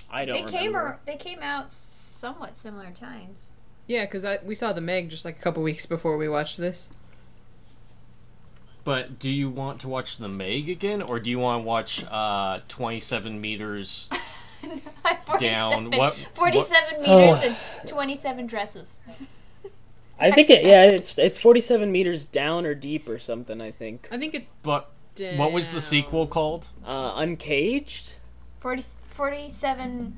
A: I don't
C: they came
A: remember.
C: or, they came out somewhat similar times.
D: Yeah, because I, we saw The Meg just like a couple weeks before we watched this.
B: But do you want to watch the Meg again, or do you want to watch uh, 27 meters?
C: 47,
B: Down, what-
C: 47 meters
A: Oh.
C: and 27 dresses.
A: I think it, yeah, it's it's 47 meters down or deep or something. I think
D: I think it's.
B: But what was the
D: down.
B: sequel called?
A: uh, uncaged.
C: 40, 47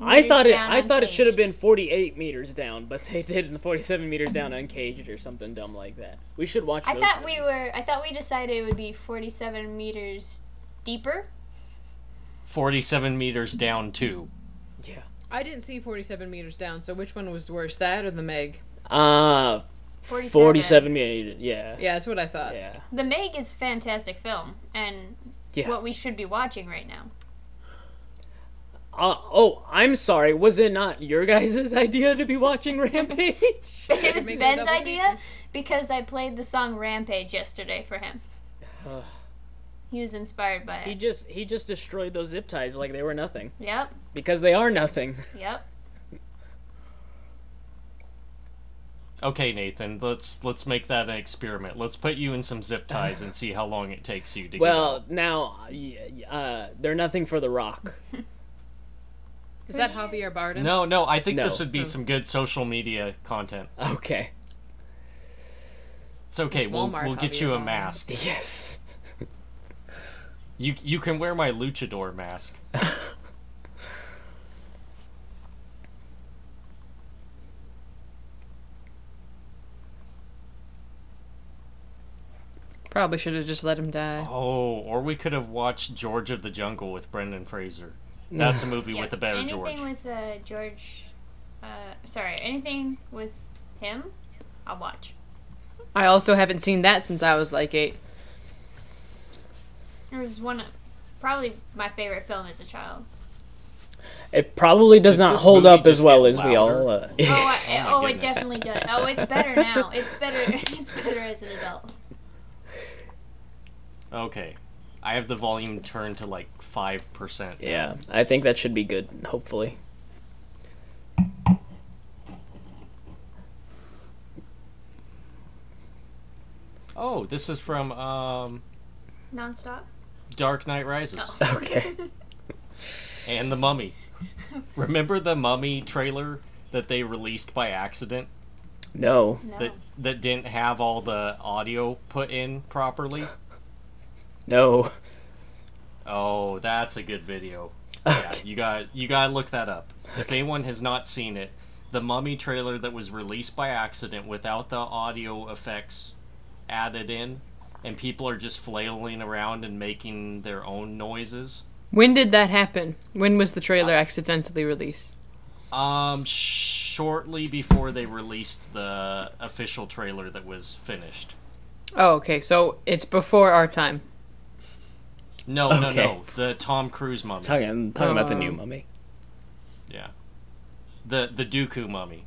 A: I
C: meters
A: thought it.
C: down
A: I thought it should have
C: uncaged.
A: been 48 meters down, but they did in 47 meters down uncaged or something dumb like that. We should watch.
C: I
A: those
C: thought we
A: movies.
C: were I thought we decided it would be 47 meters deeper.
B: 47 meters down two.
A: Yeah.
D: I didn't see 47 meters down, so which one was worse, that or the Meg?
A: Uh,
C: 47.
A: 47 million. Yeah.
D: Yeah, that's what I thought.
A: Yeah.
C: The Meg is fantastic film and
A: Yeah.
C: what we should be watching right now.
A: Uh, oh, I'm sorry. Was it not your guys' idea to be watching Rampage?
C: It was
D: Make it a
C: Ben's
D: double
C: idea because I played the song Rampage yesterday for him. he was inspired by
A: he
C: it.
A: just he just destroyed those zip ties like they were nothing
C: Yep,
A: because they are nothing.
C: yep.
B: Okay, Nathan, let's let's make that an experiment. Let's put you in some zip ties and see how long it takes you to get
A: Well, now y- uh, they're nothing for the Rock.
D: Is that Javier Bardem?
B: No, no, I think
A: No.
B: this would be some good social media content.
A: Okay.
B: It's okay.
D: It's
B: we'll
D: Walmart,
B: we'll get
D: Javier
B: you a
D: Bardem.
B: mask.
A: Yes.
B: You you can wear my luchador mask.
D: Probably should have just let him die.
B: Oh, or we could have watched George of the Jungle with Brendan Fraser. That's a movie with a better
C: anything
B: George.
C: with uh, George, uh, sorry, anything with him, I'll watch.
D: I also haven't seen that since I was like eight.
C: It was one of, probably my favorite film as a child.
A: It probably does
B: Did
A: not
B: this
A: hold
B: movie
A: up as
B: just
A: well
B: get
A: as we all. Uh,
C: Oh, I,
B: my
C: oh, it
B: goodness.
C: definitely does. Oh, it's better now. It's better. It's better as an adult.
B: Okay. I have the volume turned to like 5%.
A: yeah, I think that should be good. Hopefully.
B: Oh, this is from um,
C: Nonstop.
B: Dark Knight Rises
C: Oh.
A: Okay.
B: and The Mummy. Remember the Mummy trailer that they released by accident
A: No.
C: No.
B: that that didn't have all the audio put in properly?
A: No.
B: Oh, that's a good video. Yeah, you got you got to look that up. If anyone has not seen it, the Mummy trailer that was released by accident without the audio effects added in and people are just flailing around and making their own noises.
D: When did that happen? When was the
B: Uh,
D: trailer accidentally released?
B: Um shortly before they released the official trailer that was finished.
D: Oh, okay, so it's before our time.
B: No,
A: Okay.
B: no, no. The Tom Cruise Mummy.
A: Talking I'm talking about the new
D: Um,
A: mummy.
B: Yeah. The the Dooku Mummy.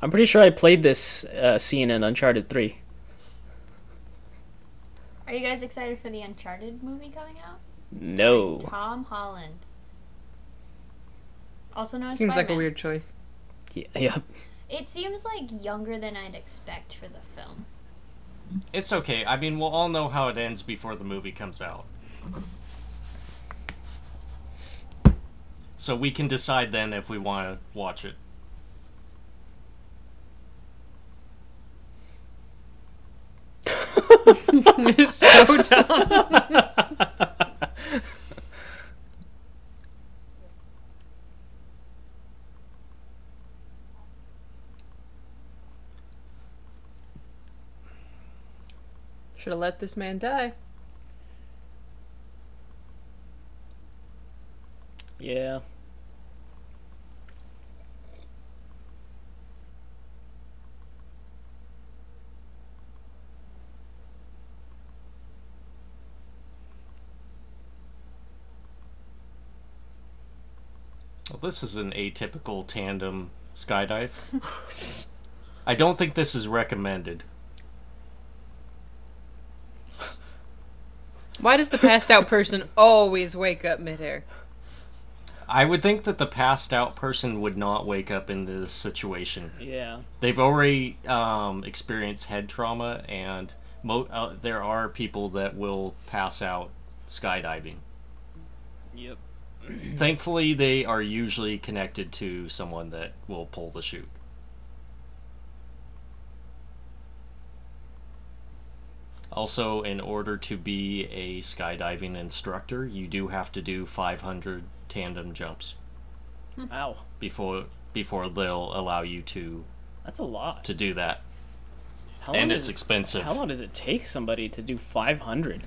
A: I'm pretty sure I played this uh, scene in Uncharted Three.
C: Are you guys excited for the Uncharted movie coming out?
A: No.
C: Tom Holland. Also known as
D: Seems like a
C: Spider-Man.
D: weird choice.
A: Yeah. yeah.
C: It seems like younger than I'd expect for the film.
B: It's okay. I mean, we'll all know how it ends before the movie comes out. So we can decide then if we want to watch it.
D: so dumb. Should have let this man die.
A: Yeah.
B: Well, this is an atypical tandem skydive. I don't think this is recommended.
D: Why does the passed out person always wake up midair?
B: I would think that the passed out person would not wake up in this situation.
A: Yeah.
B: They've already um, experienced head trauma, and mo- uh, there are people that will pass out skydiving.
A: Yep.
B: Thankfully, they are usually connected to someone that will pull the chute. Also, in order to be a skydiving instructor, you do have to do 500 tandem jumps
A: Wow.
B: before before they'll allow you to
A: That's a lot.
B: to do that,
A: How
B: and
A: long
B: it's
A: does-
B: expensive.
A: How long does it take somebody to do 500?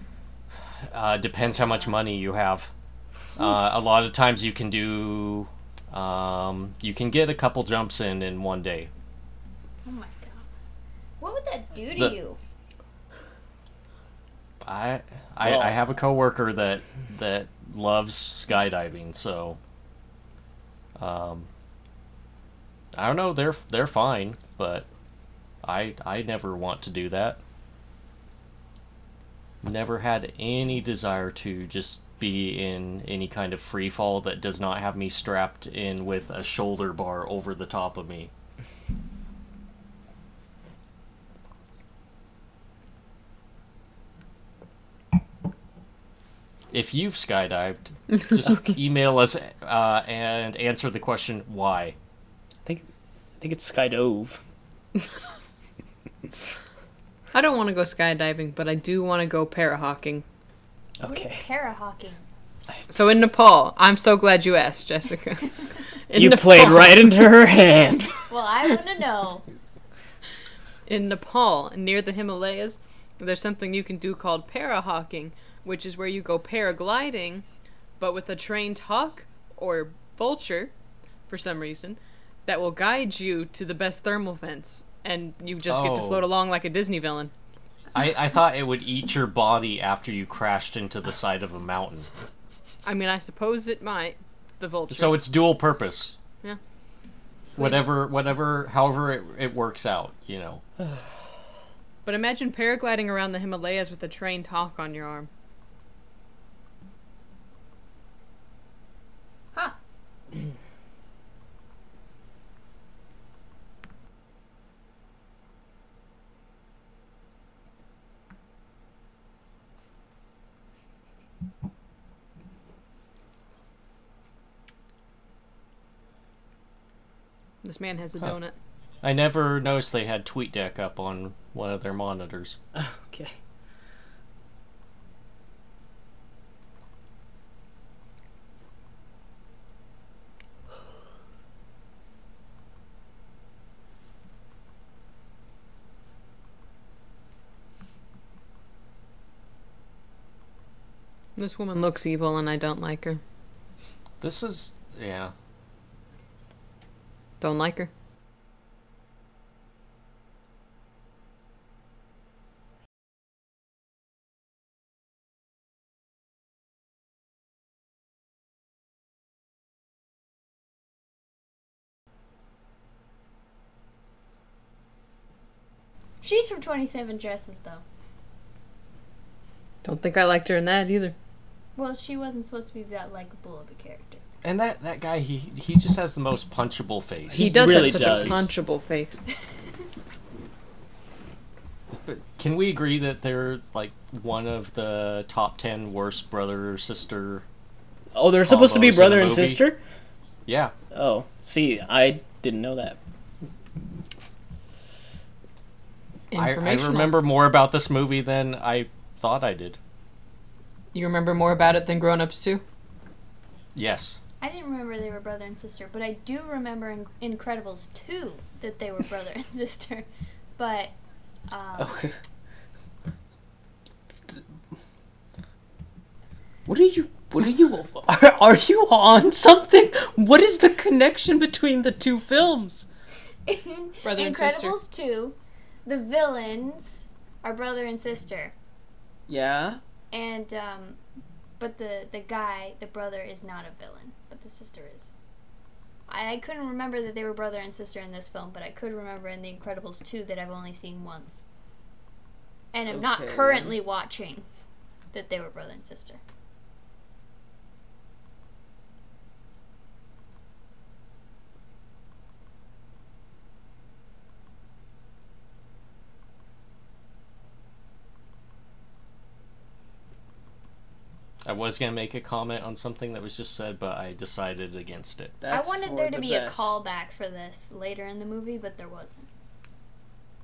B: Uh, depends how much money you have. Uh, a lot of times you can do, um, you can get a couple jumps in in one day.
C: Oh my god. What would that do to
B: The-
C: you?
B: I I,
A: Well-
B: I have a coworker that that loves skydiving, so um, I don't know. They're they're fine, but I I never want to do that. Never had any desire to just be in any kind of free fall that does not have me strapped in with a shoulder bar over the top of me. If you've skydived, just email us uh, and answer the question why.
E: I think I think it's skydove.
D: I don't want to go skydiving, but I do want to go parahawking.
C: What is
E: Okay.
C: parahawking?
D: So in Nepal, I'm so glad you asked, Jessica. In
E: you played
D: Nepal-
E: right into her hand.
C: Well, I want to know.
D: in Nepal, near the Himalayas, there's something you can do called parahawking, which is where you go paragliding, but with a trained hawk or vulture, for some reason, that will guide you to the best thermal vents, and you just get to
B: Oh.
D: float along like a Disney villain.
B: I, I thought it would eat your body after you crashed into the side of a mountain.
D: I mean, I suppose it might. The vulture.
B: So it's dual purpose.
D: Yeah.
B: Whatever, whatever, however it, it works out, you know.
D: but imagine paragliding around the Himalayas with a trained hawk on your arm.
C: Huh.
D: This man has a donut.
B: I never noticed they had TweetDeck up on one of their monitors.
E: okay.
D: This woman looks evil, and I don't like her.
B: This is, yeah.
D: Don't like her.
C: She's from 27 Dresses, though.
D: Don't think I liked her in that either.
C: Well, she wasn't supposed to be that likable of a character.
B: And that that guy, he he just has the most punchable face.
D: He does
E: really
D: have such
E: does.
D: a punchable face.
B: But can we agree that they're like one of the top ten worst brother or sister?
E: Oh, they're supposed to be
B: Combos in a
E: brother and
B: movie.
E: sister.
B: Yeah,
E: Oh, see, I didn't know that.
B: I, I
D: Informational.
B: remember more about this movie than I thought I did.
D: You remember more about it than Grown Ups too.
B: Yes.
C: I didn't remember they were brother and sister, but I do remember in Incredibles 2 that they were brother and sister. But, um,
E: Okay. What are you? What are you? Are, are you on something? What is the connection between the two films?
C: in
D: Brother and sister.
C: Incredibles 2, the villains are brother and sister.
E: Yeah.
C: And, um, but the, the guy, the brother, is not a villain, but the sister is. I, I couldn't remember that they were brother and sister in this film, but I could remember in The Incredibles 2 that I've only seen once. And I'm not
E: Okay.
C: currently watching that they were brother and sister.
B: I was gonna make a comment on something that was just said, but I decided against it.
E: That's
C: I wanted
E: for
C: there to
E: the
C: be
E: best.
C: a callback for this later in the movie, but there wasn't.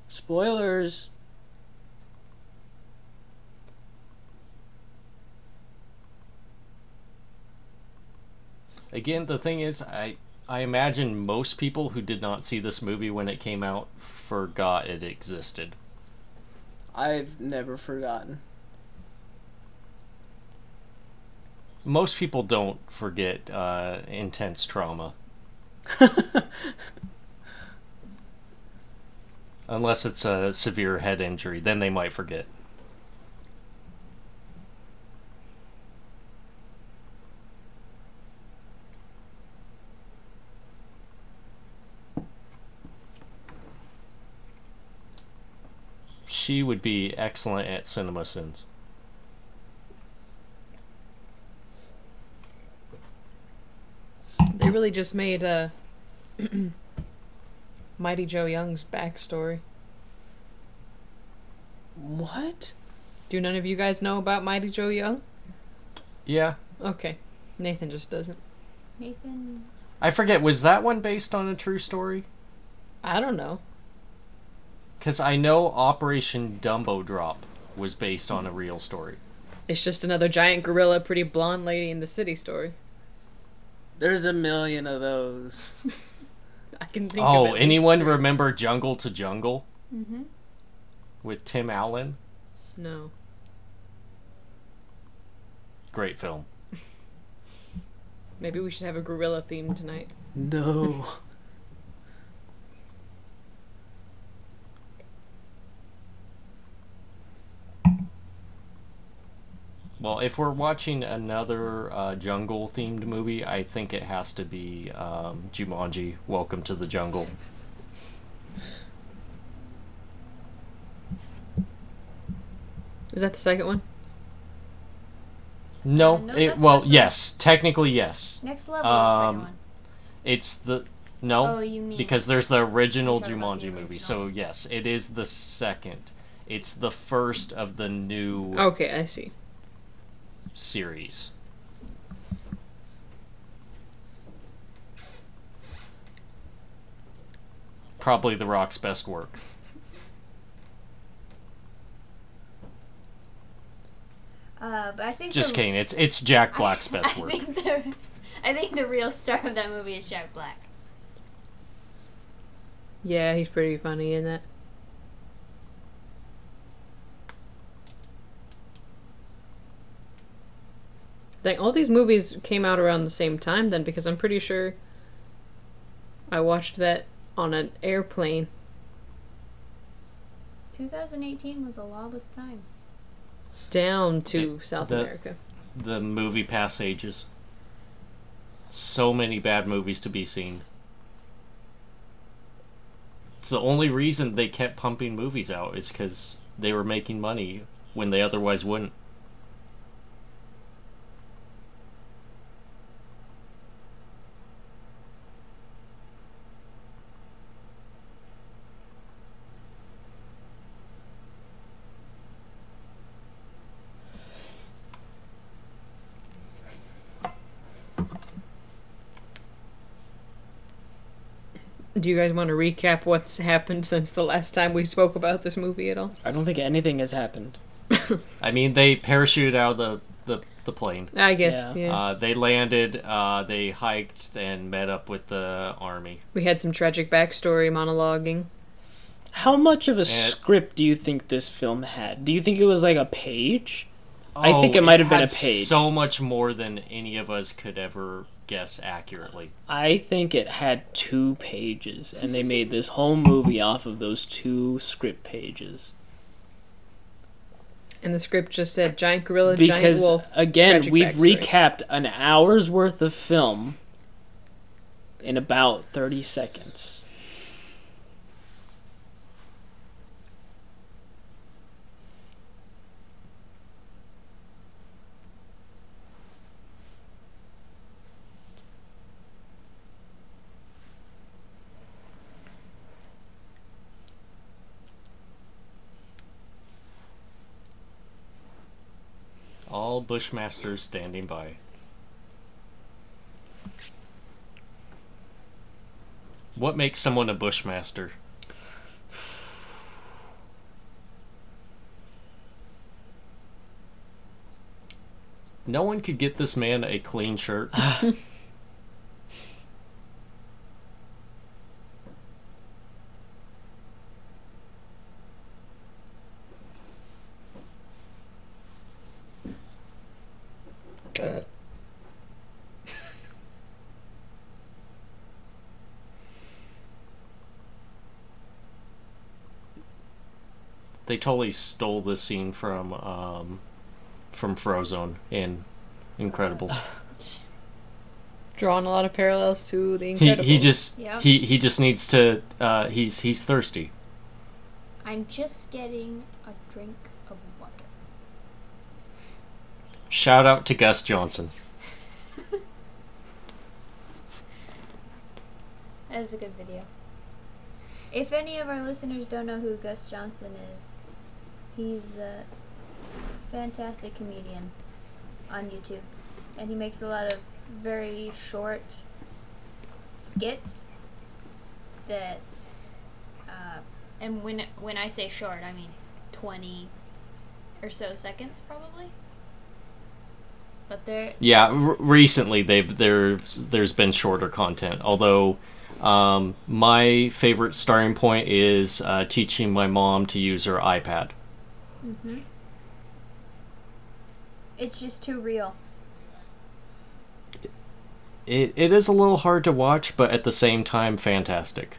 E: Spoilers.
B: Again, the thing is, I I imagine most people who did not see this movie when it came out forgot it existed.
E: I've never forgotten.
B: most people don't forget uh, intense trauma. Unless it's a severe head injury, then they might forget. She would be excellent at cinema sins.
D: They really just made uh, Mighty Joe Young's backstory.
A: What?
D: Do none of you guys know about Mighty Joe Young?
B: Yeah,
D: Okay. Nathan just doesn't.
C: Nathan.
B: I forget. Was that one based on a true story?
D: I don't know.
B: Because I know Operation Dumbo Drop was based on a real story.
D: It's just another giant gorilla, pretty blonde lady in the city story.
A: There's a million of those.
D: I can think of
B: Oh,
D: at least
B: anyone
D: three.
B: remember Jungle to Jungle
C: Mm-hmm.
B: with Tim Allen?
D: No.
B: Great film.
D: Maybe we should have a gorilla theme tonight.
A: No.
B: Well, if we're watching another uh, jungle themed movie, I think it has to be um, Jumanji Welcome to the Jungle.
D: Is that the second one?
B: No,
C: Uh, no,
B: it,
C: that's
B: well,
C: actually-
B: yes, technically, yes.
C: Next level is the second
B: Um,
C: one.
B: It's the. No,
C: Oh, you mean-
B: because there's the original
C: You're talking about
B: Jumanji
C: the
B: movie.
C: original.
B: So, yes, it is the second. It's the first of the new
D: Okay, I see.
B: series. Probably The Rock's best work.
C: Uh, but I think
B: Just
C: the-
B: kidding. It's it's Jack Black's best
C: I
B: work.
C: think the I think the real star of that movie is Jack Black.
D: Yeah, he's pretty funny in that. Like all these movies came out around the same time then because I'm pretty sure I watched that on an airplane.
C: 2018 was a lawless time.
D: down to South
B: the-
D: America.
B: The movie pass ages. So many bad movies to be seen. It's the only reason they kept pumping movies out is because they were making money when they otherwise wouldn't.
D: Do you guys want to recap what's happened since the last time we spoke about this movie at all?
A: I don't think anything has happened.
B: I mean, they parachuted out of the, the, the plane.
D: I guess yeah.
A: Yeah.
B: Uh, they landed, uh, they hiked, and met up with the army.
D: we had some tragic backstory monologuing.
A: How much of a
B: Yeah.
A: script do you think this film had? Do you think it was like a page? I think it might have been a
B: Oh, had
A: page.
B: So much more than any of us could ever guess accurately.
A: I think it had two pages, and they made this whole movie off of those two script pages.
D: And the script just said giant gorilla, giant
A: Because
D: wolf.
A: again,
D: tragic
A: we've
D: backstory.
A: recapped an hour's worth of film in about thirty seconds.
B: All Bushmasters standing by. What makes someone a Bushmaster? No one could get this man a clean shirt. they totally stole this scene from um, from Frozone in Incredibles.
D: Drawing a lot of parallels to the
B: He
D: Incredibles.
B: he just
C: Yep.
B: he he just needs to uh, he's he's thirsty.
C: I'm just getting a drink of water.
B: Shout out to Gus Johnson.
C: That is a good video. If any of our listeners don't know who Gus Johnson is, he's a fantastic comedian on YouTube. And he makes a lot of very short skits that. Uh, and when, when I say short, I mean 20 or so seconds, probably. But they're.
B: Yeah, r- recently they've there's there's been shorter content. Although um, my favorite starting point is uh, teaching my mom to use her iPad.
C: hmm It's just too real.
B: It, it is a little hard to watch, but at the same time, fantastic.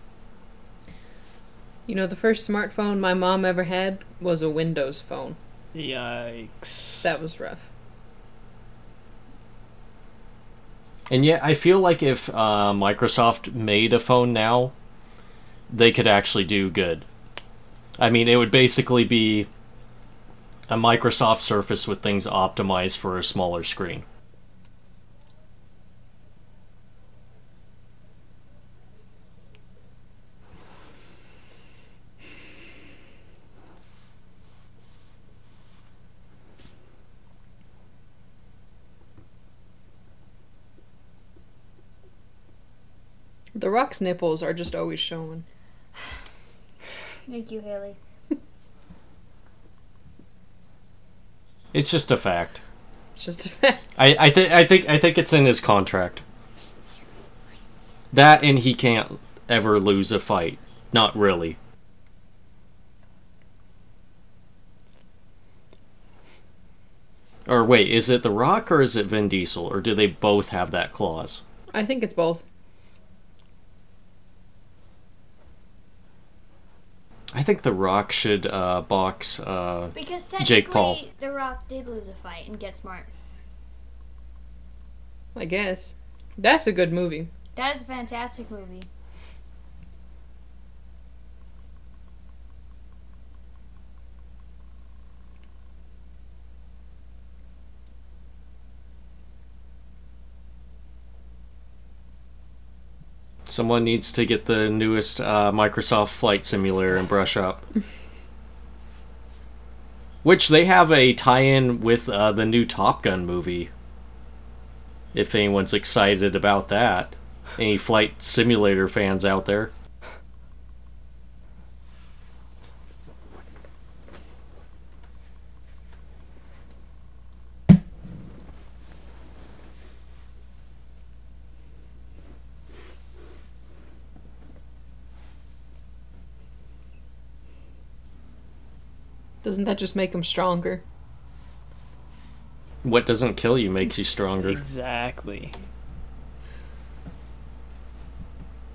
D: You know, the first smartphone my mom ever had was a Windows phone.
E: Yikes.
D: That was rough.
B: And yet, I feel like if uh, Microsoft made a phone now, they could actually do good. I mean, it would basically be a Microsoft Surface with things optimized for a smaller screen.
D: The Rock's nipples are just always showing.
C: Thank you, Haley.
B: It's just a fact.
D: It's just a fact.
B: I, I think I think I think it's in his contract. That and he can't ever lose a fight. Not really. Or wait, is it The Rock or is it Vin Diesel or do they both have that clause?
D: I think it's both.
B: I think The Rock should uh, box. Uh,
C: Because technically,
B: Jake Paul.
C: The Rock did lose a fight and get smart.
D: I guess. That's a good movie.
C: That is a fantastic movie.
B: someone needs to get the newest uh, Microsoft Flight Simulator and brush up. Which they have a tie-in with uh, the new Top Gun movie. If anyone's excited about that, any Flight Simulator fans out there?
D: Doesn't that just make them stronger?
B: What doesn't kill you makes you stronger.
E: Exactly.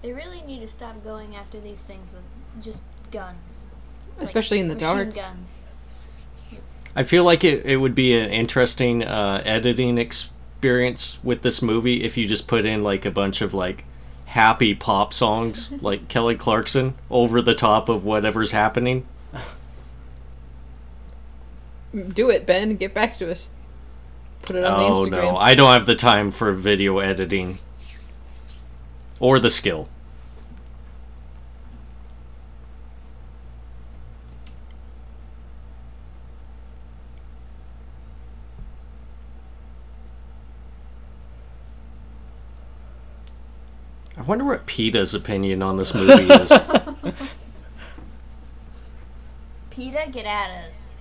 C: They really need to stop going after these things with just guns. Like,
D: Especially in the
C: machine
D: dark.
C: guns.
B: I feel like it, it would be an interesting uh, editing experience with this movie if you just put in like a bunch of like happy pop songs like Kelly Clarkson over the top of whatever's happening.
D: Do it, Ben. Get back to us. Put it on
B: oh
D: the Instagram.
B: no, I don't have the time for video editing or the skill. I wonder what PETA's opinion on this movie is.
C: PETA, get at us.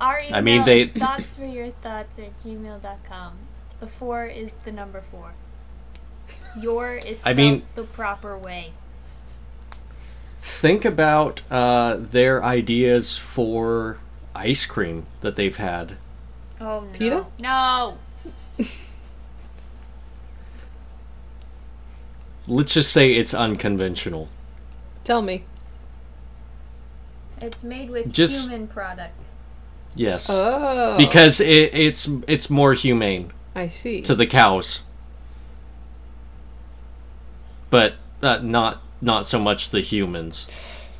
C: Our email
B: I mean, they-
C: is thoughts for your thoughts at gmail.com. The four is the number four. Your is
B: I
C: spelled
B: mean-
C: the proper way.
B: think about uh, their ideas for ice cream that they've had.
C: Oh no.
D: PETA?
C: No.
B: Let's just say it's unconventional.
D: Tell me.
C: It's made with
B: Just-
C: human product.
B: Yes.
D: Oh.
B: Because it, it's it's more humane
D: I see.
B: to the cows. But uh, not not so much the humans.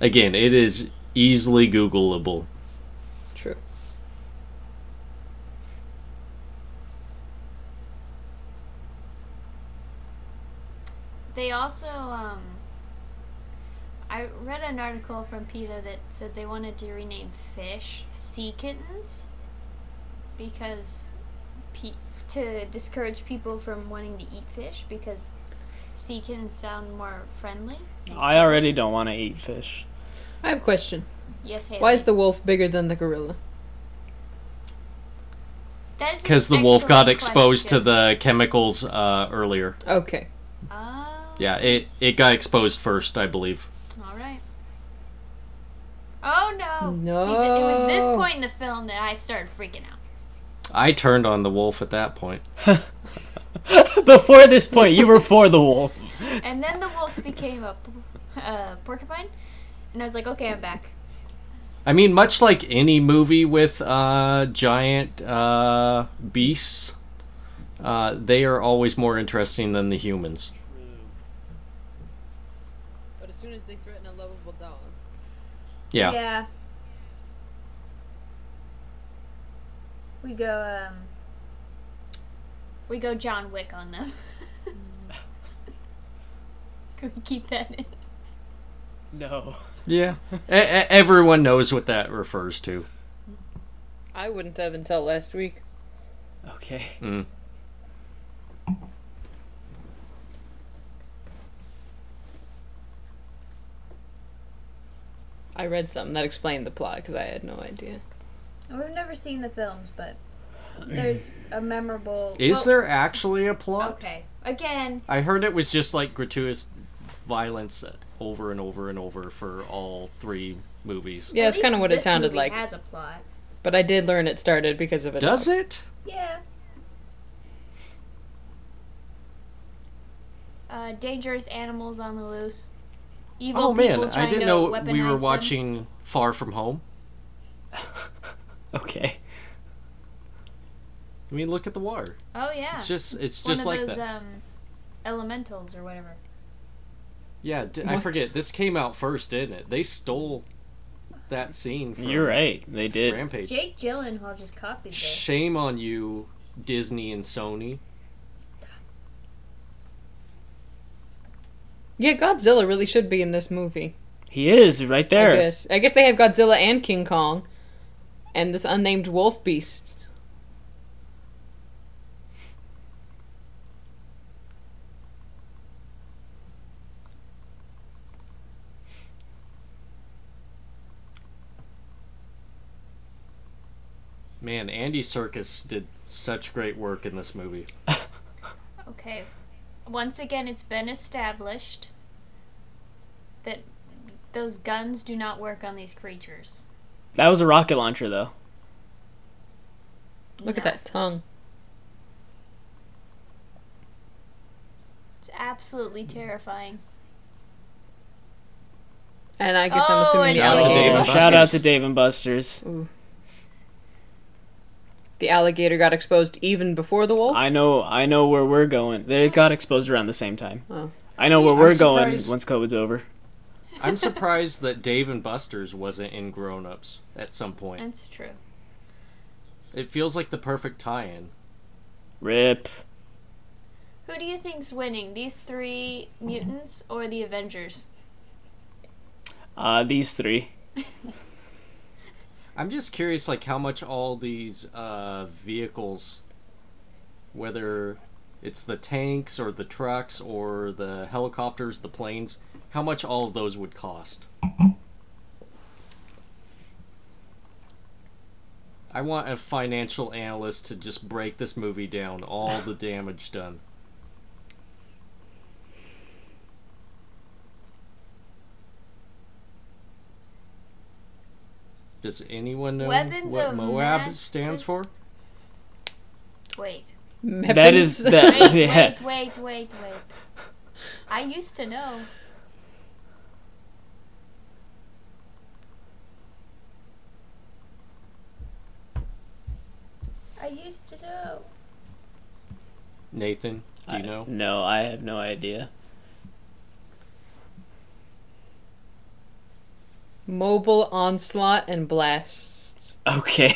B: Again, it is easily googleable.
D: True.
C: They also, um, I read an article from PETA that said they wanted to rename fish sea kittens because pe- to discourage people from wanting to eat fish because sea kittens sound more friendly.
E: I already don't want to eat fish.
D: I have a question.
C: Yes, Haley.
D: Why is the wolf bigger than the gorilla?
C: That's an
B: Because the wolf got
C: excellent
B: exposed to
C: question.
B: the chemicals uh, earlier.
D: Okay.
C: Oh,
B: Yeah, it, it got exposed first, I believe.
C: all right. Oh no!
D: No.
C: See, th- it was this point in the film that I started freaking out.
B: I turned on the wolf at that point.
E: Before this point, you were for the wolf.
C: And then the wolf became a p- uh, porcupine, and I was like, okay, I'm back.
B: I mean, much like any movie with uh, giant uh, beasts, uh, they are always more interesting than the humans.
D: But as soon as they threaten a lovable dog.
B: Yeah.
C: We go, um, we go John Wick on them. Can we keep that in?
E: No.
B: Yeah. E- e- everyone knows what that refers to.
D: I wouldn't have until last week.
E: Okay.
B: Mm.
D: I read something that explained the plot because I had no idea.
C: We've never seen the films, but there's a memorable.
B: Is there actually a plot?
C: Okay, again,
B: I heard it was just like gratuitous violence over and over and over for all three movies.
D: Yeah,
C: at
D: it's kind of
C: least
D: what it
C: this
D: sounded
C: movie
D: like.
C: Has a plot.
D: But I did learn it started because of a
B: Does
D: dog.
B: it?
C: Yeah. Uh, dangerous animals on the loose. Evil
B: Oh man,
C: people
B: I
C: trying
B: didn't
C: to
B: know we
C: weaponize
B: were
C: them.
B: watching Far From Home.
E: Okay.
B: I mean, look at the water.
C: Oh yeah.
B: It's just- it's
C: one
B: just
C: of
B: like
C: those,
B: that.
C: Um, elementals or whatever.
B: Yeah, d- I
D: What?
B: forget. This came out first, didn't it? They stole that scene from
E: You're right. They did.
B: Rampage.
C: Jake Gyllenhaal just copied this.
B: Shame on you, Disney and Sony.
D: Yeah, Godzilla really should be in this movie.
E: He is right
D: I
E: there.
D: guess. I guess they have Godzilla and King Kong, and this unnamed wolf beast.
B: Man, Andy Circus did such great work in this movie.
C: Okay. Once again, it's been established that those guns do not work on these creatures.
E: That was a rocket launcher, though.
D: Look at
C: No.
D: that tongue.
C: It's absolutely terrifying.
D: And I guess
C: Oh,
D: I'm assuming
C: and
D: the
B: Shout out to Dave
D: alligator.
B: and
E: Shout out
B: Buster's.
E: to Dave and Buster's.
D: the alligator got exposed even before the wolf.
E: I know. I know where we're going. They got exposed around the same time.
D: Oh.
E: I know where
B: I'm
E: we're going
B: surprised-
E: once COVID's over.
B: I'm surprised that Dave and Buster's wasn't in Grown Ups at some point.
C: That's true.
B: It feels like the perfect tie in.
E: Rip.
C: Who do you think's winning, these three mutants or the Avengers?
E: Uh, these three.
B: I'm just curious, like how much all these uh, vehicles, whether it's the tanks or the trucks or the helicopters, the planes, how much all of those would cost. I want a financial analyst to just break this movie down, all the damage done. Does anyone know
C: Weapons
B: what
C: of
B: Moab
C: mass
B: stands
C: dis-
B: for?
C: Wait.
D: Meppins.
E: That is that.
C: Wait,
E: yeah.
C: wait, wait, wait, wait. I used to know. I used to know.
B: Nathan, do you
A: I-
B: know?
A: No, I have no idea.
D: Mobile onslaught and blasts.
A: Okay.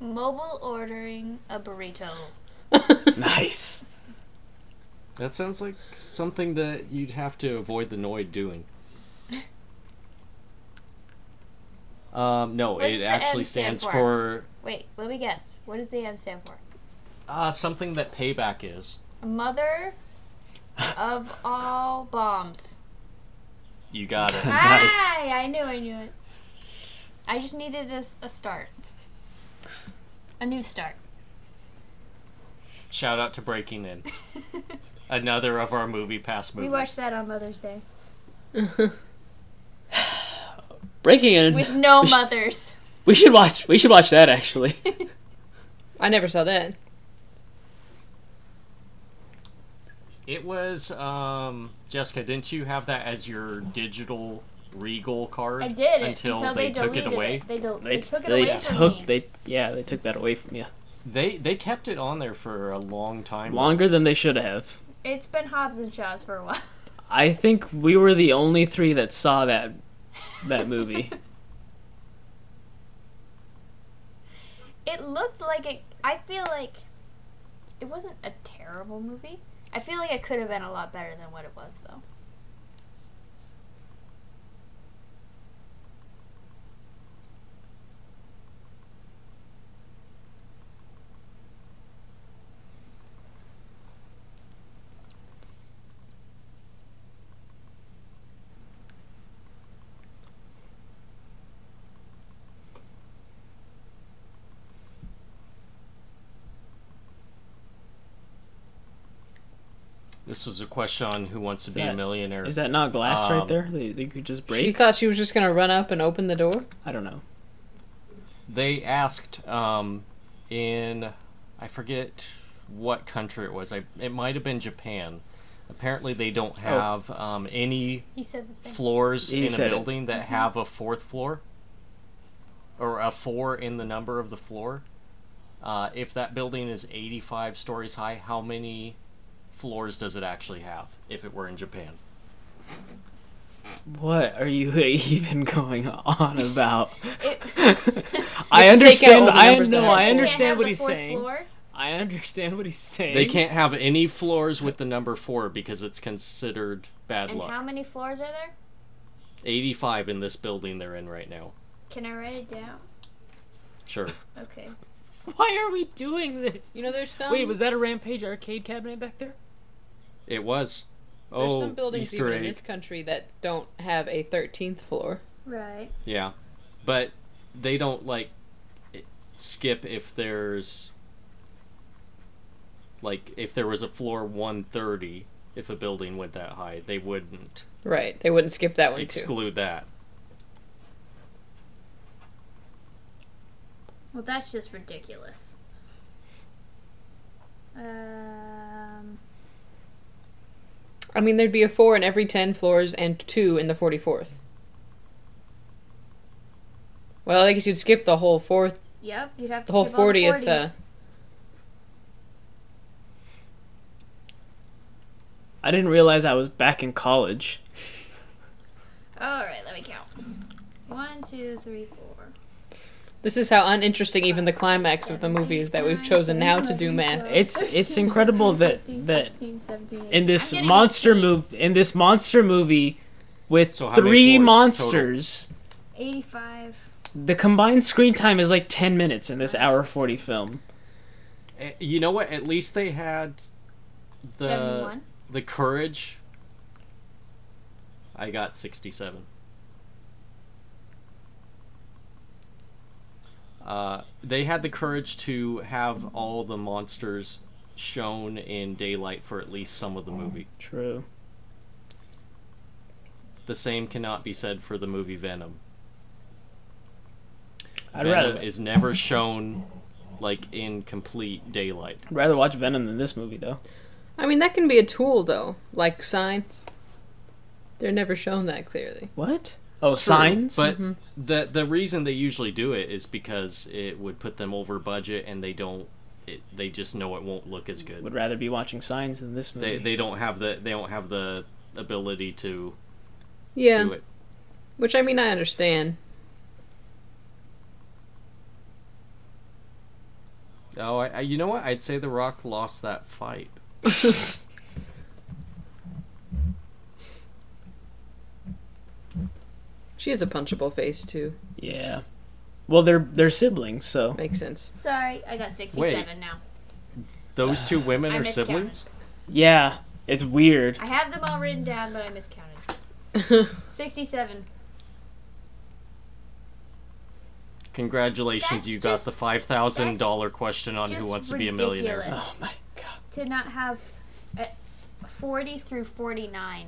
C: Mobile ordering a burrito.
A: nice.
B: That sounds like something that you'd have to avoid the Noid doing. Um, no,
C: What does
B: it
C: the
B: actually
C: M stand
B: stands
C: for?
B: for
C: Wait, let me guess. What does the M stand for?
B: uh, something that payback is.
C: Mother of all bombs.
B: You got it.
C: Ah! Aye, I knew, I knew it. I just needed a, s- a start. A new start.
B: Shout out to Breaking In. Another of our movie past
C: We
B: movies.
C: watched that on Mother's Day.
A: Breaking in.
C: With no mothers.
A: we should watch. We should watch that actually.
D: I never saw that.
B: It was um, Jessica. Didn't you have that as your digital Regal card?
C: I did it
B: until, they, took it
C: deleted
B: away.
C: They, del- they,
A: They,
C: took it
A: they
C: away
A: took
C: from me.
A: they yeah they took that away from you
B: They they kept it on there for a long time.
A: longer than they should have.
C: It's been Hobbs and Shaw's for a while.
A: I think we were the only three that saw that that movie.
C: It looked like it. I feel like it wasn't a terrible movie. I feel like it could have been a lot better than what it was, though.
B: This was a question on Who Wants to Be a
A: that-
B: Millionaire.
A: Is that not glass
B: Um,
A: right there? They, they could just break.
D: She thought she was just gonna run up and open the door.
A: I don't know.
B: they asked um, in I forget what country it was. I, it might have been Japan. Apparently, they don't
A: Oh.
B: have um, any
C: He said the thing.
B: floors
A: He
B: in a
A: said it. Mm-hmm.
B: building that have a fourth floor or a four in the number of the floor. Uh, if that building is 85 stories high, how many floors does it actually have if it were in Japan?
A: What are you even going on about?
D: You
A: I
D: have to take out
A: understand.
D: all the
A: I
D: numbers
A: know.
D: that are
A: I
D: there.
C: Can't
A: understand
C: have
A: what
C: the
A: he's
C: fourth
A: saying.
C: floor?
A: I understand what he's saying.
B: They can't have any floors with the number four because it's considered bad
C: And
B: luck.
C: how many floors are there?
B: 85 in this building they're in right now.
C: Can I write it down?
B: Sure.
C: Okay.
A: Why are we doing this?
D: You know, there's some.
A: Wait, was that a Rampage arcade cabinet back there?
B: It was.
D: There's
B: oh,
D: some buildings
B: Easter
D: even
B: egg.
D: in this country that don't have a 13th floor.
C: Right.
B: Yeah. But they don't like i- skip if there's like if there was a floor 130 if a building went that high, they wouldn't
D: Right. They wouldn't skip that one too.
B: exclude that.
C: Well, that's just ridiculous. Um,
D: I mean, there'd be a four in every 10 floors and two in the 44th. Well, I guess you'd skip the whole fourth.
C: yep, you'd have to
D: The whole
C: skip all the
D: 40th,
C: 40s.
A: I didn't realize I was back in college.
C: All right, let me count. One, two, three, four.
D: This is how uninteresting even the climax of the movie is that we've chosen now to do math.
A: It's it's incredible that that in this
C: I'm getting
A: monster
C: lucky.
A: move in this monster movie with
B: So how many
A: three
B: floors
A: monsters,
C: 85.
A: the combined screen time is like 10 minutes in this hour 40 film.
B: Eh, You know what? At least they had the
C: 71.
B: the courage. I got 67. Uh, they had the courage to have all the monsters shown in daylight for at least some of the movie.
A: True.
B: The same cannot be said for the movie Venom.
A: I'd
B: Venom
A: rather
B: is never shown like in complete daylight.
A: rather watch Venom than this movie though.
D: I mean, that can be a tool, though, like signs. They're never shown that clearly.
A: What? Oh, signs.
B: But the
C: Mm-hmm.
B: the reason they usually do it is because it would put them over budget, and they don't. It, they just know it won't look as good.
A: would rather be watching signs than this movie.
B: They they don't have the they don't have the ability to
D: Yeah,
B: do it.
D: which I mean, I understand.
B: Oh, I, I, you know what? I'd say The Rock lost that fight.
D: She has a punchable face, too.
A: yeah. Well, they're they're siblings, so
D: Makes sense.
C: Sorry, I got 67 now.
B: Those two women
C: I
B: are
C: miscounted.
B: siblings.
A: yeah. It's weird.
C: I have them all written down, but I miscounted. 67.
B: Congratulations,
C: That's
B: you got
C: just-
B: the five thousand dollar question on
C: Just
B: Who Wants to Be a Millionaire.
C: ridiculous
A: Oh my god.
C: To not have uh, 40 through 49.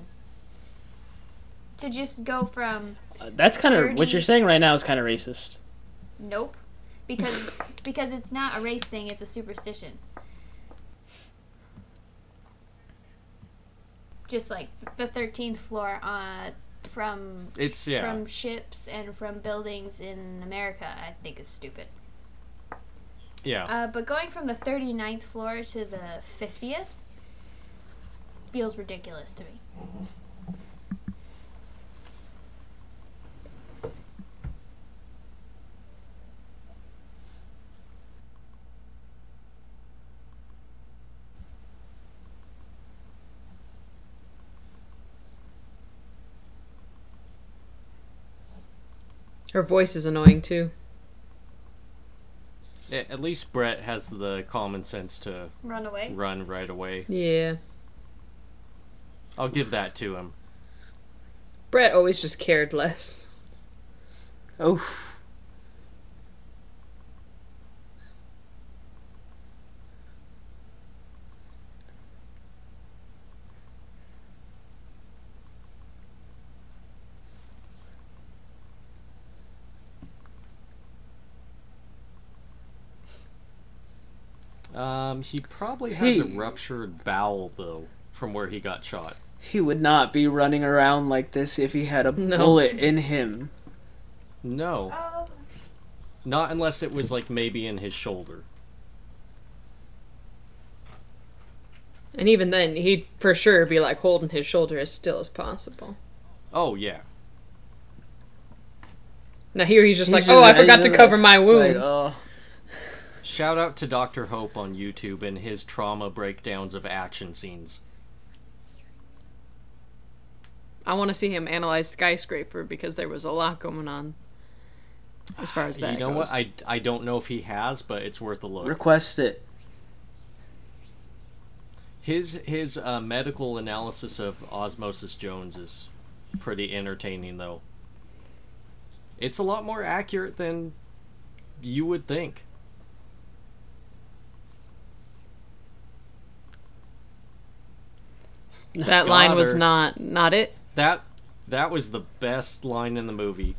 C: To just go from
A: Uh, That's kind of what
C: Dirty.
A: you're saying right now is kind of racist.
C: nope because because it's not a race thing, it's a superstition. Just like the 13th floor uh, from
B: It's yeah.
C: from ships and from buildings in America, I think is stupid.
B: Yeah.
C: Uh, but going from the 39th floor to the 50th feels ridiculous to me.
D: Her voice is annoying, too.
B: A- At least Brett has the common sense to
C: Run away.
B: run right away.
D: Yeah.
B: I'll give that to him.
D: Brett always just cared less.
A: Oh.
B: Um, he probably has a
A: Hey.
B: ruptured bowel though from where he got shot.
A: He would not be running around like this if he had a
D: No.
A: bullet in him.
B: No,
C: Oh,
B: not unless it was like maybe in his shoulder.
D: And even then, he'd for sure be like holding his shoulder as still as possible.
B: Oh yeah.
D: Now here he's just
A: He's
D: like, oh, I
A: just-
D: forgot
A: he's
D: to
A: just
D: cover my
A: Like,
D: wound.
A: oh.
B: Shout out to Dr. Hope on YouTube and his trauma breakdowns of action scenes.
D: I want to see him analyze skyscraper because there was a lot going on. As far as that
B: you know
D: goes.
B: what? I, I don't know if he has, but it's worth a look.
A: Request it.
B: His his uh, medical analysis of Osmosis Jones is pretty entertaining, though. It's a lot more accurate than you would think.
D: that line was
B: Daughter.
D: not not it.
B: That that was the best line in the movie.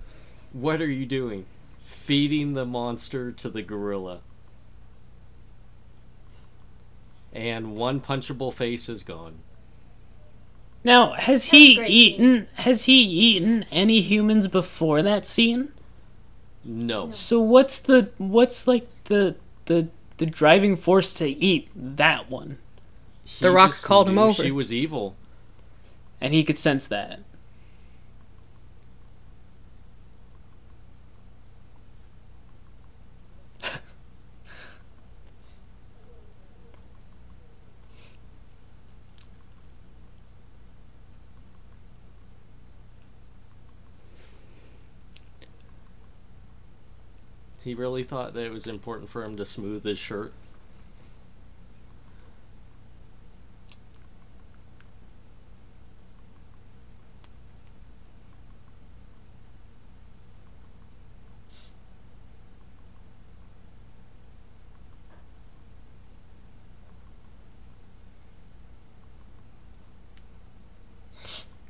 B: What are you doing? Feeding the monster to the gorilla. And one punchable face is gone.
A: Now, has
C: That was a
A: he
C: great
A: eaten? Has he eaten any humans before that scene?
B: No.
A: So what's the what's like the the the driving force to eat that one?
B: He
D: Rock
B: just
D: called him
B: knew
D: over.
B: She was evil.
A: And he could sense that.
B: He really thought that it was important for him to smooth his shirt.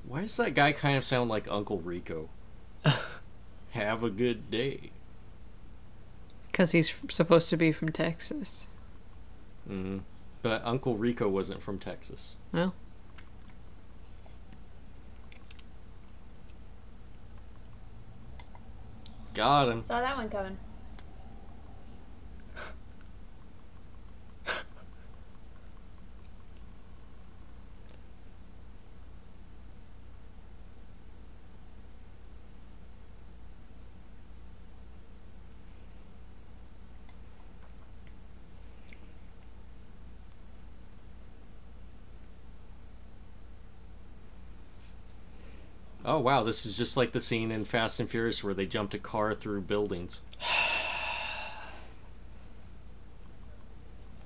B: Why does that guy kind of sound like Uncle Rico? Have a good day.
D: Because he's f- supposed to be from Texas.
B: Mm-hmm. But Uncle Rico wasn't from Texas.
D: Well,
B: Got him.
C: Saw that one coming.
B: Oh wow, this is just like the scene in Fast and Furious where they jumped a car through buildings.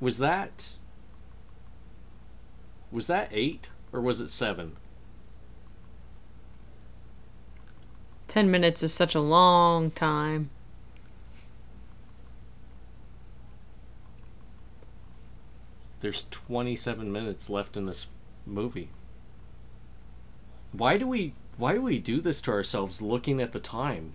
B: Was that Was that 8 or was it 7?
D: 10 minutes is such a long time.
B: There's 27 minutes left in this movie. Why do we why do we do this to ourselves looking at the time?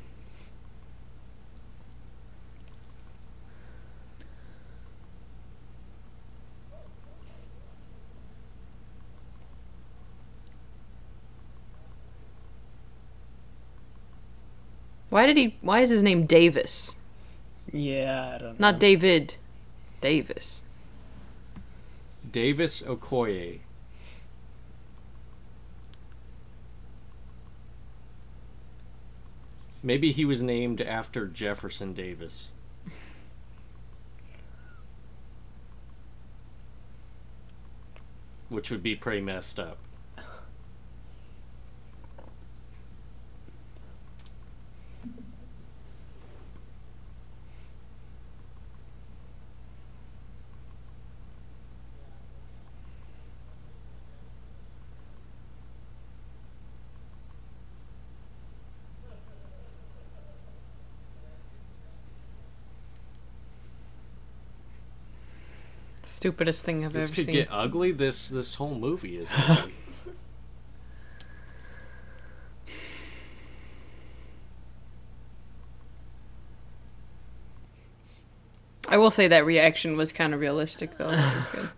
D: Why did he why is his name Davis?
E: Yeah, I don't know.
D: Not David. Davis.
B: Davis Okoye. Maybe he was named after Jefferson Davis. Which would be pretty messed up.
D: Stupidest thing I've
B: This
D: ever
B: could
D: seen.
B: get ugly. This this whole movie is ugly.
D: I will say that reaction was kind of realistic though. That was good.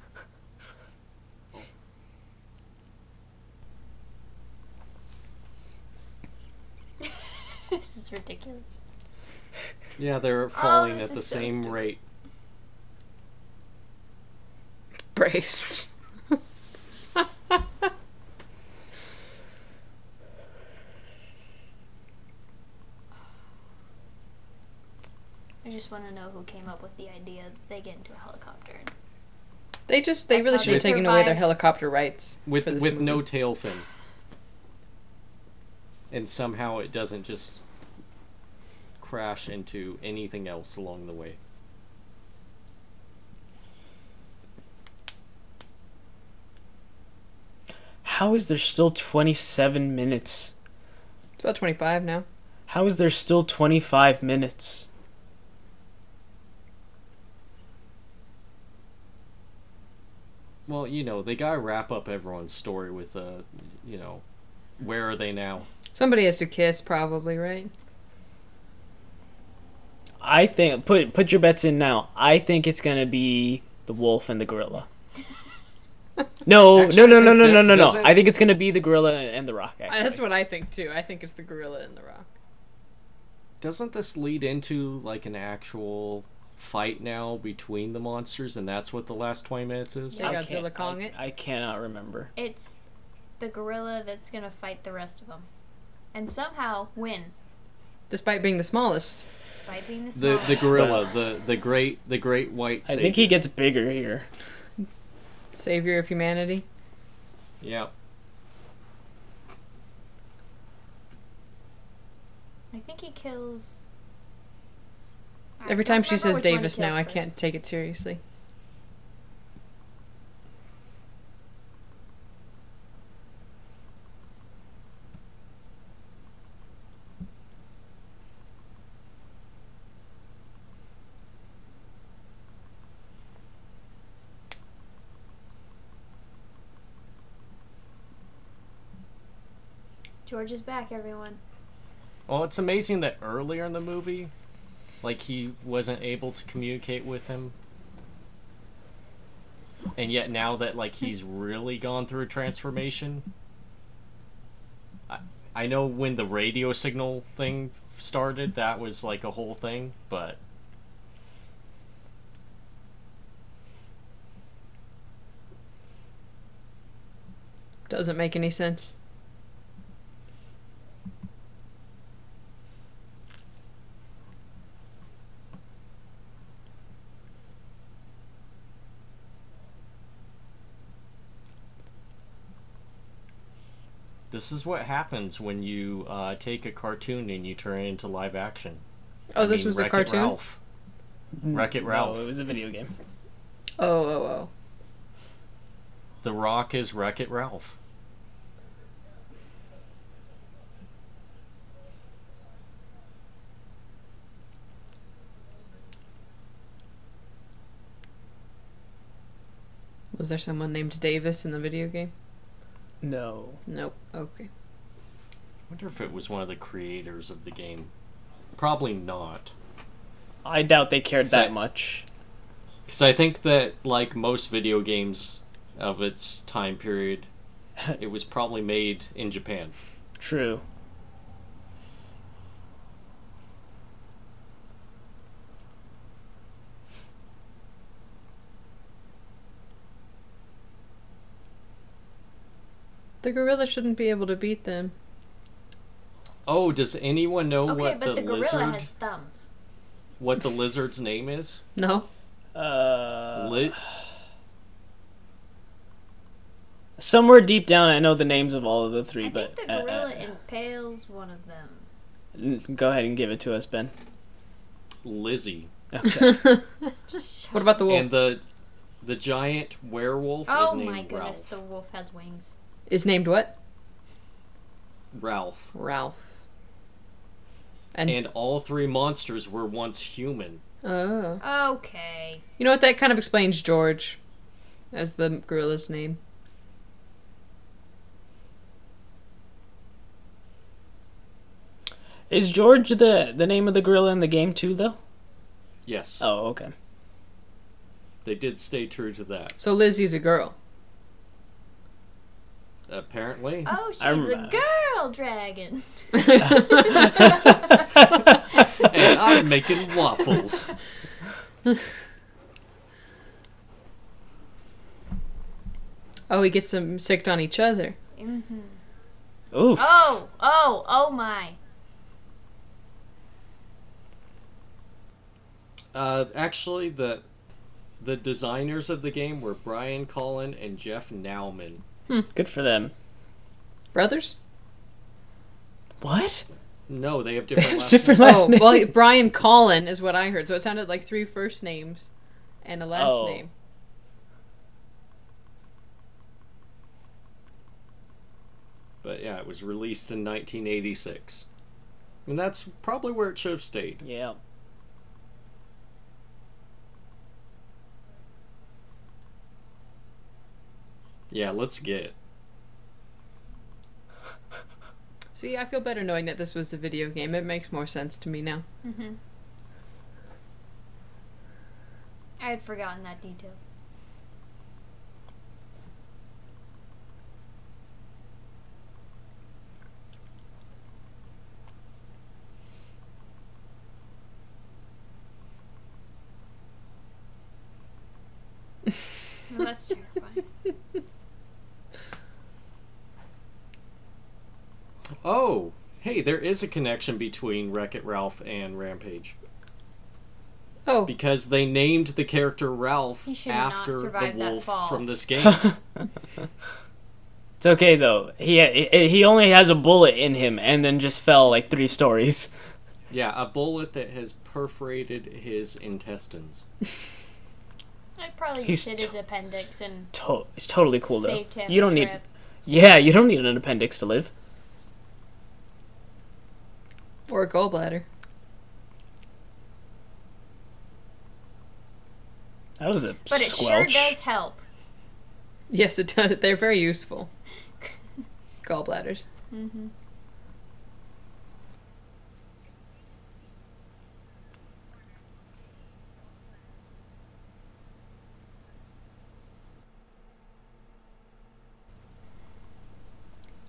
C: this is ridiculous.
B: yeah, they're falling
C: Oh, this
B: at the
C: is so
B: same
C: stupid.
B: rate.
D: Brace.
C: I just want to know who came up with the idea that they get into a helicopter. And...
D: They just they
C: That's
D: really
C: how
D: should have
C: they
D: taken away their
C: survive.
D: helicopter rights.
B: with
D: for this
B: with no
D: movie.
B: tail fin. And somehow it doesn't just crash into anything else along the way.
E: How is there still 27 minutes?
D: It's about twenty five now.
E: How is there still 25 minutes?
B: Well, you know, they gotta wrap up everyone's story with a, you know, where are they now?
D: Somebody has to kiss probably, right?
E: I think put put your bets in now. I think it's gonna be the wolf and the gorilla. No,
B: Actually,
E: no, no, no,
B: I
E: no,
B: think
E: no, no,
B: that-
E: no.
B: doesn't-
E: I think it's gonna be the gorilla and the rock. Actually.
D: I, that's what I think too. I think it's the gorilla in the rock.
B: Doesn't this lead into like an actual fight now between the monsters and that's what the last twenty minutes is?
D: Yeah.
E: I
D: Godzilla
E: can't-
D: Kong
E: I-
D: it?
E: I cannot remember.
C: It's the gorilla that's gonna fight the rest of them, and somehow win
D: Despite being the smallest.
C: despite being the
B: The
C: smallest.
B: the gorilla, the the great the great white
E: I think he gets bigger here.
D: Savior of humanity.
B: Yeah.
C: I think he kills. I
D: Every
C: don't
D: time she
C: remember
D: says
C: which one he
D: Davis now,
C: kills
D: I
C: first.
D: can't take it seriously.
C: George is back, everyone.
B: Well, it's amazing that earlier in the movie, like he wasn't able to communicate with him. and yet now that like he's really gone through a transformation I, I know when the radio signal thing started that was like a whole thing but
D: Doesn't make any sense.
B: this is what happens when you uh, take a cartoon and you turn it into live action
D: Oh,
B: I
D: this
B: mean,
D: was a
B: Wreck-It
D: cartoon.
B: Ralph. Wreck It Ralph.
A: No, it was a video game.
D: Oh, oh,
B: The Rock is Wreck It Ralph.
D: oh. Was there someone named Davis in the video game?
A: No.
D: Nope. Okay.
B: I wonder if it was one of the creators of the game. Probably not.
A: I doubt they cared
B: So-
A: that much.
B: Because I think that, like most video games of its time period, it was probably made in Japan.
A: True.
D: The gorilla shouldn't be able to beat them.
B: Oh, does anyone know
C: Okay,
B: what
C: but the,
B: the,
C: gorilla
B: lizard,
C: has thumbs.
B: what the lizard's name is?
D: No.
A: Uh,
B: Li-
A: somewhere deep down, I know the names of all of the three,
C: I
A: but
C: think the
A: uh, uh,
C: gorilla impales one of them.
A: n- go ahead and give it to us, Ben.
B: Lizzie.
A: Okay.
D: What about the wolf?
B: And the the giant werewolf
C: Oh
B: is named
C: my goodness,
B: Ralph.
C: the wolf has wings.
D: Is named what?
B: Ralph.
D: Ralph. And,
B: And all three monsters were once human.
D: oh,
C: Okay.
D: you know what? That kind of explains George, as the gorilla's name.
A: Is George the the name of the gorilla in the game too, though?
B: Yes.
A: Oh, okay.
B: They did stay true to that.
D: So Lizzie's a girl.
B: Apparently.
C: Oh, she's a
A: remember.
C: girl dragon.
B: and I'm making waffles.
D: Oh, he gets them sicked on each other.
C: Mm-hmm.
A: Oof.
C: Oh, oh, oh my.
B: Uh, actually, the the designers of the game were Brian Cullen and Jeff Nauman.
A: Good for them.
D: Brothers?
A: What?
B: No, they have different last
A: Different
B: names.
A: last
D: oh,
A: name.
D: well, Brian Collin is what I heard. So it sounded like three first names and a last
A: Oh.
D: name.
B: But yeah, it was released in 1986. And that's probably where it should have stayed.
A: Yeah.
B: Yeah, let's get it.
D: See, I feel better knowing that this was a video game. It makes more sense to me now.
C: Mm-hmm. I had forgotten that detail. Well, that's terrifying.
B: Oh, hey, there is a connection between Wreck It Ralph and Rampage.
D: Oh,
B: Because they named the character Ralph
C: He should not
B: after the
C: survive that
B: wolf
C: fall.
B: from this game.
A: It's okay though. He he he only has a bullet in him, and then just fell like three stories.
B: yeah, a bullet that has perforated his intestines.
C: I probably
A: He's
C: just hit his appendix and
A: To- it's totally cool though.
C: saved him.
A: you don't
C: the
A: need.
C: trip.
A: Yeah, you don't need an appendix to live.
D: or a gallbladder.
A: That was a
C: But it
A: squelch.
C: sure does help.
D: Yes, it does. They're very useful. Gallbladders.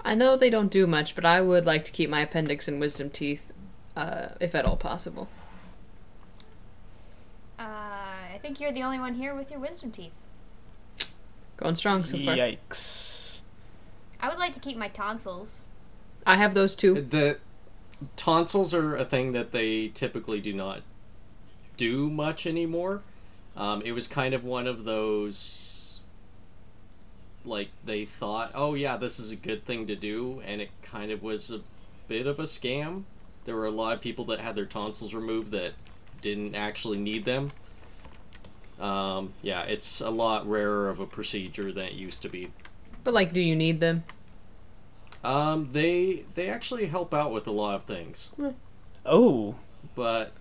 D: I know they don't do much, but I would like to keep my appendix and wisdom teeth, uh, if at all possible.
C: Uh, I think you're the only one here with your wisdom teeth.
D: Going strong so far.
A: Yikes.
C: I would like to keep my tonsils.
D: I have those two.
B: The tonsils are a thing that they typically do not do much anymore. Um, it was kind of one of those, like they thought, oh yeah, this is a good thing to do, and it kind of was a bit of a scam. There were a lot of people that had their tonsils removed that didn't actually need them. Um, yeah, it's a lot rarer of a procedure than it used to be.
D: But, like, do you need them?
B: Um, they they actually help out with a lot of things,
A: Oh.
B: but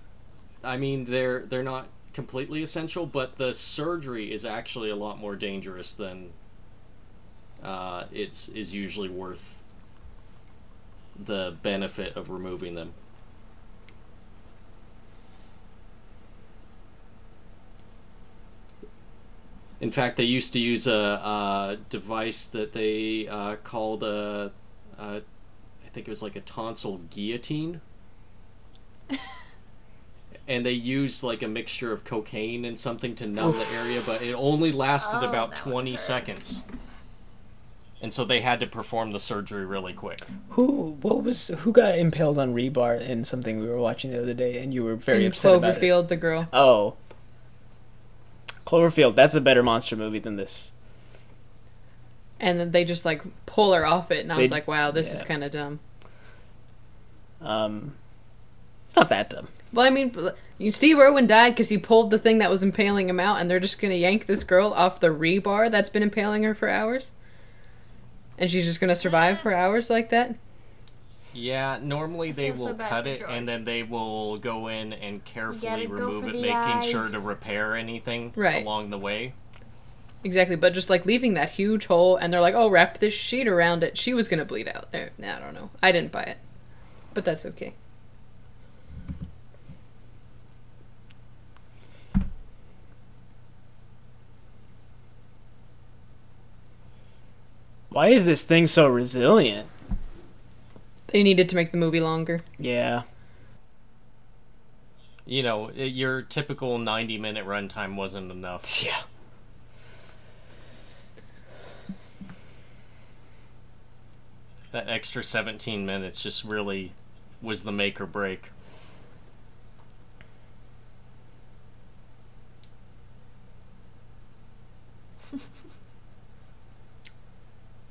B: I mean they're they're not completely essential. But the surgery is actually a lot more dangerous than uh, it's is usually worth the benefit of removing them. In fact, they used to use a, a device that they uh, called a, a, I think it was like a tonsil guillotine. and they used like a mixture of cocaine and something to numb the area, but it only lasted
C: Oh,
B: about
C: that would
B: 20
C: hurt.
B: seconds. And so they had to perform the surgery really quick.
A: Who what was who got impaled on rebar in something we were watching the other day and you were very
D: In
A: upset about it?
D: Cloverfield, the girl.
A: Oh. Cloverfield, that's a better monster movie than this.
D: And then they just, like, pull her off it, and I was
A: They-
D: like, wow, this is
A: yeah.
D: kind of dumb.
A: Um It's not that dumb.
D: Well, I mean, bl- you- Steve Irwin died because he pulled the thing that was impaling him out, and they're just gonna yank this girl off the rebar that's been impaling her for hours, and she's just gonna survive for hours like that.
B: Yeah, normally they
C: feel so
B: will
C: bad
B: cut
C: for
B: it
C: George.
B: and then they will go in and carefully
C: go
B: remove
C: for
B: it,
C: the
B: making sure to
C: eyes.
B: repair anything
D: Right.
B: along the way.
D: Exactly, but just like leaving that huge hole, and they're like, "Oh, wrap this sheet around it." She was gonna bleed out. Eh, nah, I don't know. I didn't buy it, but that's okay.
A: Why is this thing so resilient?
D: They needed to make the movie longer.
A: Yeah.
B: You know, i- your typical 90 minute runtime wasn't enough.
A: Yeah.
B: That extra 17 minutes just really was the make or break.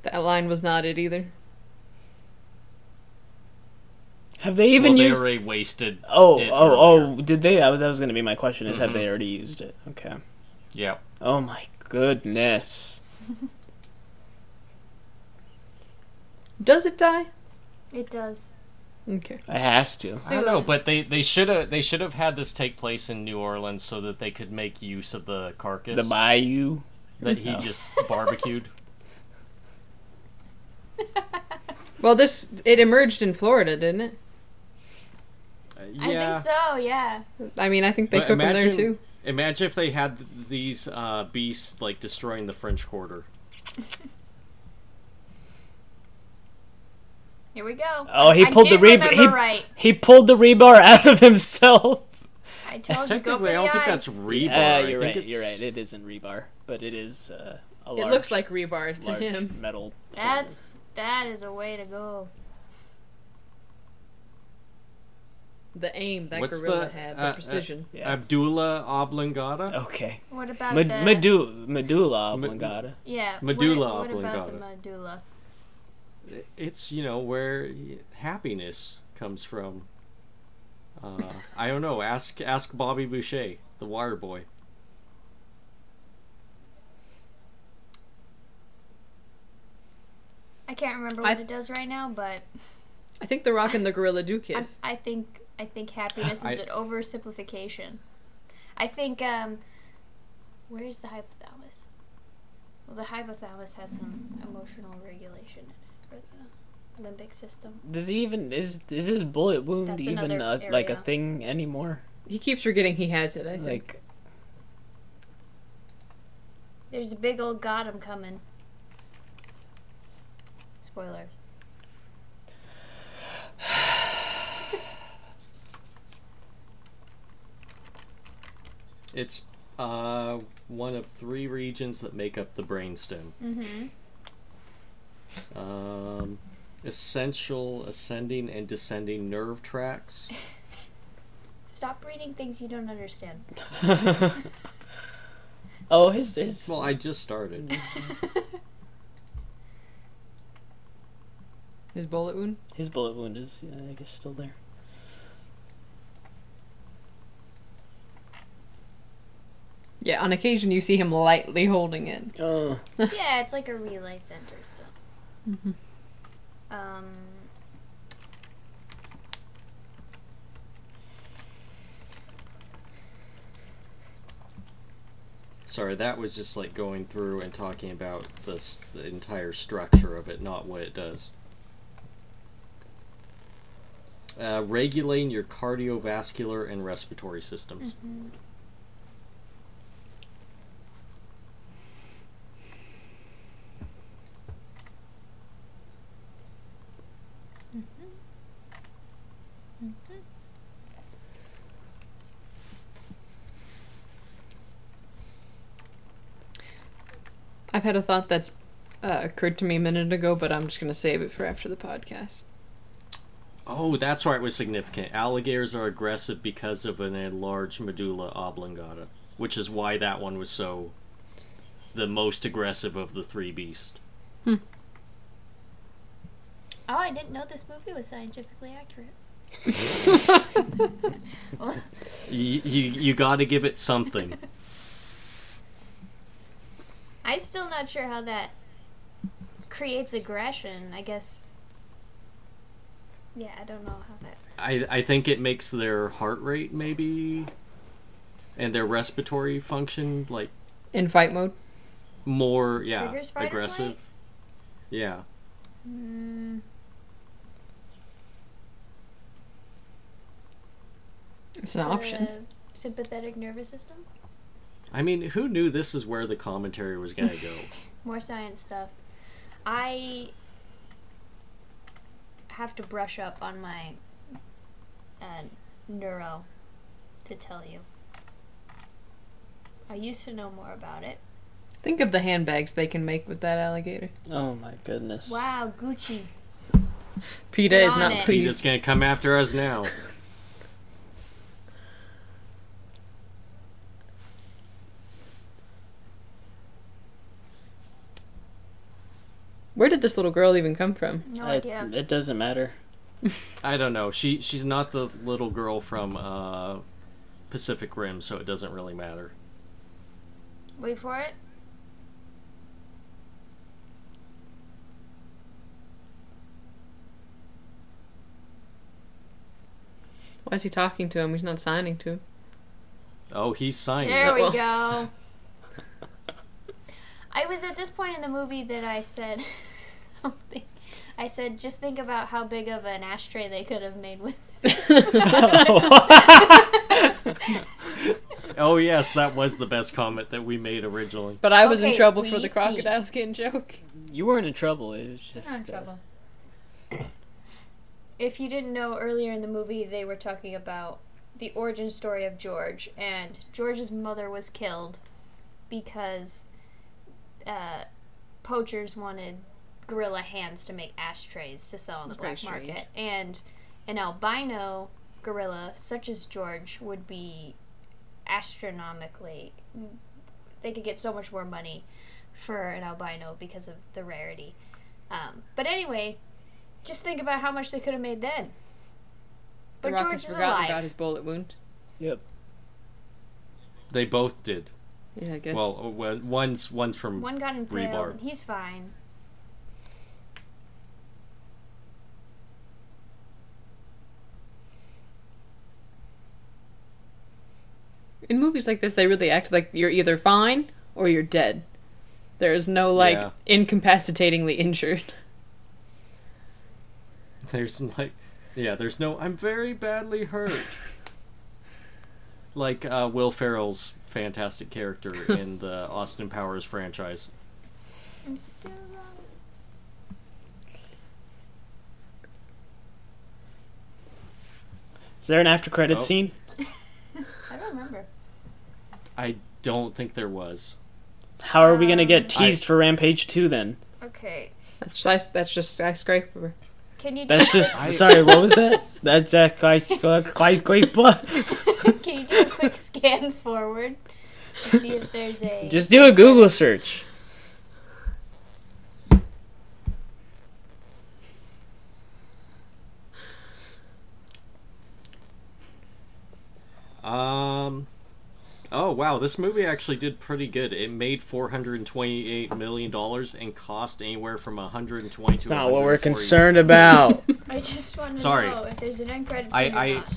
D: That line was not it either.
A: Have they even
B: well, they
A: used
B: already wasted.
A: Oh,
B: it
A: oh,
B: earlier.
A: oh, did they? That was, that was going to be my question is have
B: Mm-hmm.
A: they already used it? Okay.
B: Yeah.
A: Oh my goodness.
D: Does it die?
C: It does.
D: Okay.
A: It has to.
B: I don't know,
C: Soon.
B: but they they should have they should have had this take place in New Orleans so that they could make use of the carcass
A: The bayou.
B: that he
A: Oh.
B: just barbecued.
D: Well, this it emerged in Florida, didn't it?
C: I think so, yeah.
D: I mean, I think they
B: But
D: cook 'em there too.
B: Imagine if they had th- these uh, beasts like destroying the French Quarter.
C: Here we go.
A: Oh, he
C: I
A: pulled the
C: did
A: rebar.
C: remember
A: He,
C: right.
A: he pulled the rebar out of himself.
C: I told Oh, you, go for
B: Technically,
C: the
B: I don't think that's
C: eyes.
B: rebar.
A: Yeah,
B: I
A: you're
B: think
A: right.
B: it's-
A: You're right. It isn't rebar, but it is uh, a
D: It
A: large,
D: looks like rebar to
A: large
D: him.
A: metal. pole.
C: That's that is a way to go.
D: the aim that
B: What's
D: gorilla
B: the-
D: had,
B: uh,
D: the
B: uh,
D: precision.
A: Yeah.
B: Abdullah Oblongata.
A: okay.
C: What about
A: Med-
C: the
A: medu- medulla
B: Me-
A: oblongata.
C: yeah?
B: medulla
C: What, what about the
B: oblongata.
C: medulla?
B: It's you know where y- happiness comes from. Uh, I don't know. Ask ask Bobby Boucher, the Wire Boy.
C: I can't remember
D: I-
C: what it does right now, but
D: I think the rock and the gorilla do
C: I-
D: kiss.
C: I think I think happiness is
B: I-
C: an oversimplification. I think um, where's the hypothalamus? Well, the hypothalamus has some emotional regulation in it for the limbic system.
A: Does he even is is his bullet wound
C: That's
A: even
C: another
A: a, like a
C: area.
A: thing anymore?
D: he keeps forgetting he has it. I think.
A: Like
C: There's a big old Gotham coming. Spoilers.
B: It's uh, one of three regions that make up the brainstem.
C: Mm-hmm.
B: Um, essential ascending and descending nerve tracts.
C: Stop reading things you don't understand.
E: oh, his his
B: Well, I just started.
D: His bullet wound.
E: his bullet wound is yeah, I guess still there.
D: Yeah, on occasion you see him lightly holding it.
E: Oh,
C: yeah, it's like a relay center still. Um.
B: Sorry, that was just like going through and talking about this the entire structure of it, not what it does. Uh, regulating your cardiovascular and respiratory systems.
D: I've had a thought that's uh, occurred to me a minute ago, but I'm just gonna save it for after the podcast.
B: Oh, that's why it was significant. Alligators are aggressive because of an enlarged medulla oblongata, which is why that one was so the most aggressive of the three beasts.
C: Oh, I didn't know this movie was scientifically accurate.
B: You you, you got to give it something.
C: I'm still not sure how that creates aggression. I guess. Yeah, I don't know how that.
B: I I think it makes their heart rate maybe and their respiratory function like
D: In fight mode.
B: more yeah
C: Triggers fight or
B: aggressive.
C: flight?
B: Yeah.
C: Mm,
D: It's an option.
C: the Sympathetic nervous system.
B: I mean, who knew this is where the commentary was going to go?
C: More science stuff. I have to brush up on my uh, neuro to tell you. I used to know more about it.
D: Think of the handbags they can make with that alligator.
E: oh my goodness.
C: Wow, Gucci.
D: PETA
C: Get
D: is
C: on
D: not
B: Peter's
C: it.
D: pleased.
B: going to come after us now.
D: Where did this little girl even come from?
C: No
E: I-
C: idea.
E: it doesn't matter.
B: I don't know. She she's not the little girl from uh, Pacific Rim, so it doesn't really matter.
C: Wait for it.
D: Why is he talking to him? He's not signing to him.
B: Oh, he's signing.
C: There
B: it.
C: we
D: Well-
C: go. I was at this point in the movie that I said something. I said, just think about how big of an ashtray they could have made with.
B: Oh yes, that was the best comment that we made originally.
D: But I was in
C: Okay,
D: trouble for
C: we
D: the
C: eat.
D: crocodile skin joke.
E: You weren't in trouble. It was just. uh,
C: If you didn't know earlier in the movie, they were talking about the origin story of George, and George's mother was killed because uh, poachers wanted gorilla hands to make ashtrays to sell on the black
D: That's pretty
C: market, and an albino gorilla such as George would be astronomically. They could get so much more money for an albino because of the rarity. Um, but anyway, just think about how much they could have made then. But
D: The Rock
C: George
D: has
C: is
D: forgotten
C: alive.
D: about his bullet wound.
E: yep.
B: They both did.
D: Yeah, I guess.
B: Well, uh, well, one's one's from
C: One got impaled.
B: Rebar.
C: He's fine.
D: in movies like this, they really act like you're either fine or you're dead. There is no like
B: Yeah.
D: incapacitatingly injured.
B: there's like yeah, there's no I'm very badly hurt. like uh, Will Ferrell's fantastic character in the Austin Powers franchise.
C: I'm still alive.
E: Is there an after credit
B: Oh.
E: scene?
C: I don't remember.
B: I don't think there was.
A: How are we gonna
C: Um,
A: get
B: I-
A: teased for Rampage Two then?
C: Okay.
D: That's just, that's just skyscraper.
C: Can you do,
A: That's just
B: I-
A: sorry. What was that? That's uh, quite quite quite.
C: can you do a quick scan forward to see if there's a
A: Just do a Google search.
B: Um. Oh wow, this movie actually did pretty good. It made four hundred and twenty-eight million dollars and cost anywhere from a hundred and twenty.
A: It's not what we're concerned about.
C: I just want to
B: Sorry.
C: know if there's an end credit
B: I-
C: scene or
B: I-
C: not.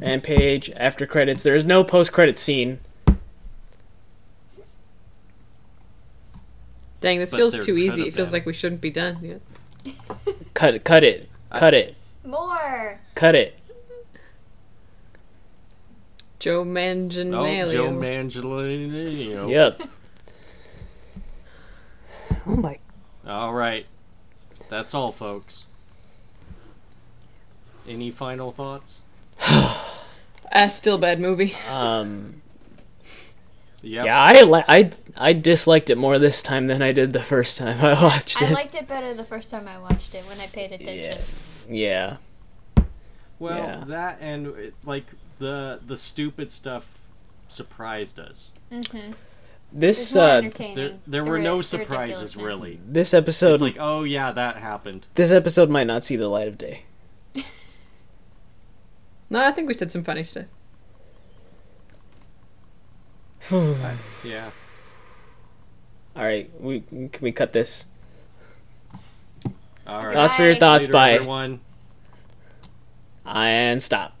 A: Rampage after credits. There is no post credit scene.
D: Dang, this
B: But
D: feels
B: there
D: too easy.
B: could've
D: It feels
B: been.
D: like we shouldn't be done yet.
A: Cut it. Cut it. Cut it.
C: More.
A: Cut it.
D: Joe
B: Oh,
D: Manganiello.
B: Joe Manganiello.
A: Yep. Oh my.
B: All right, that's all, folks. Any final thoughts?
D: Ah, still bad movie.
A: Um.
B: Yep.
A: Yeah, I li- I I disliked it more this time than I did the first time I watched
C: I
A: it.
C: liked it better the first time I watched it when I paid attention.
A: Yeah.
B: Well,
A: Yeah.
B: that and it- like the the stupid stuff surprised us.
A: This
C: It's more
A: uh
C: entertaining.
B: There there
C: the
B: were
C: ri-
B: no
C: the
B: surprises
C: ridiculousness.
B: really.
A: this episode
B: It's like, oh yeah, that happened.
A: this episode might not see the light of day.
D: No, I think we said some funny stuff.
B: Yeah.
A: All right, we can we cut this.
B: All right.
A: Thoughts for your
C: Bye.
A: thoughts.
B: Later,
A: Bye.
B: everyone.
A: And stop.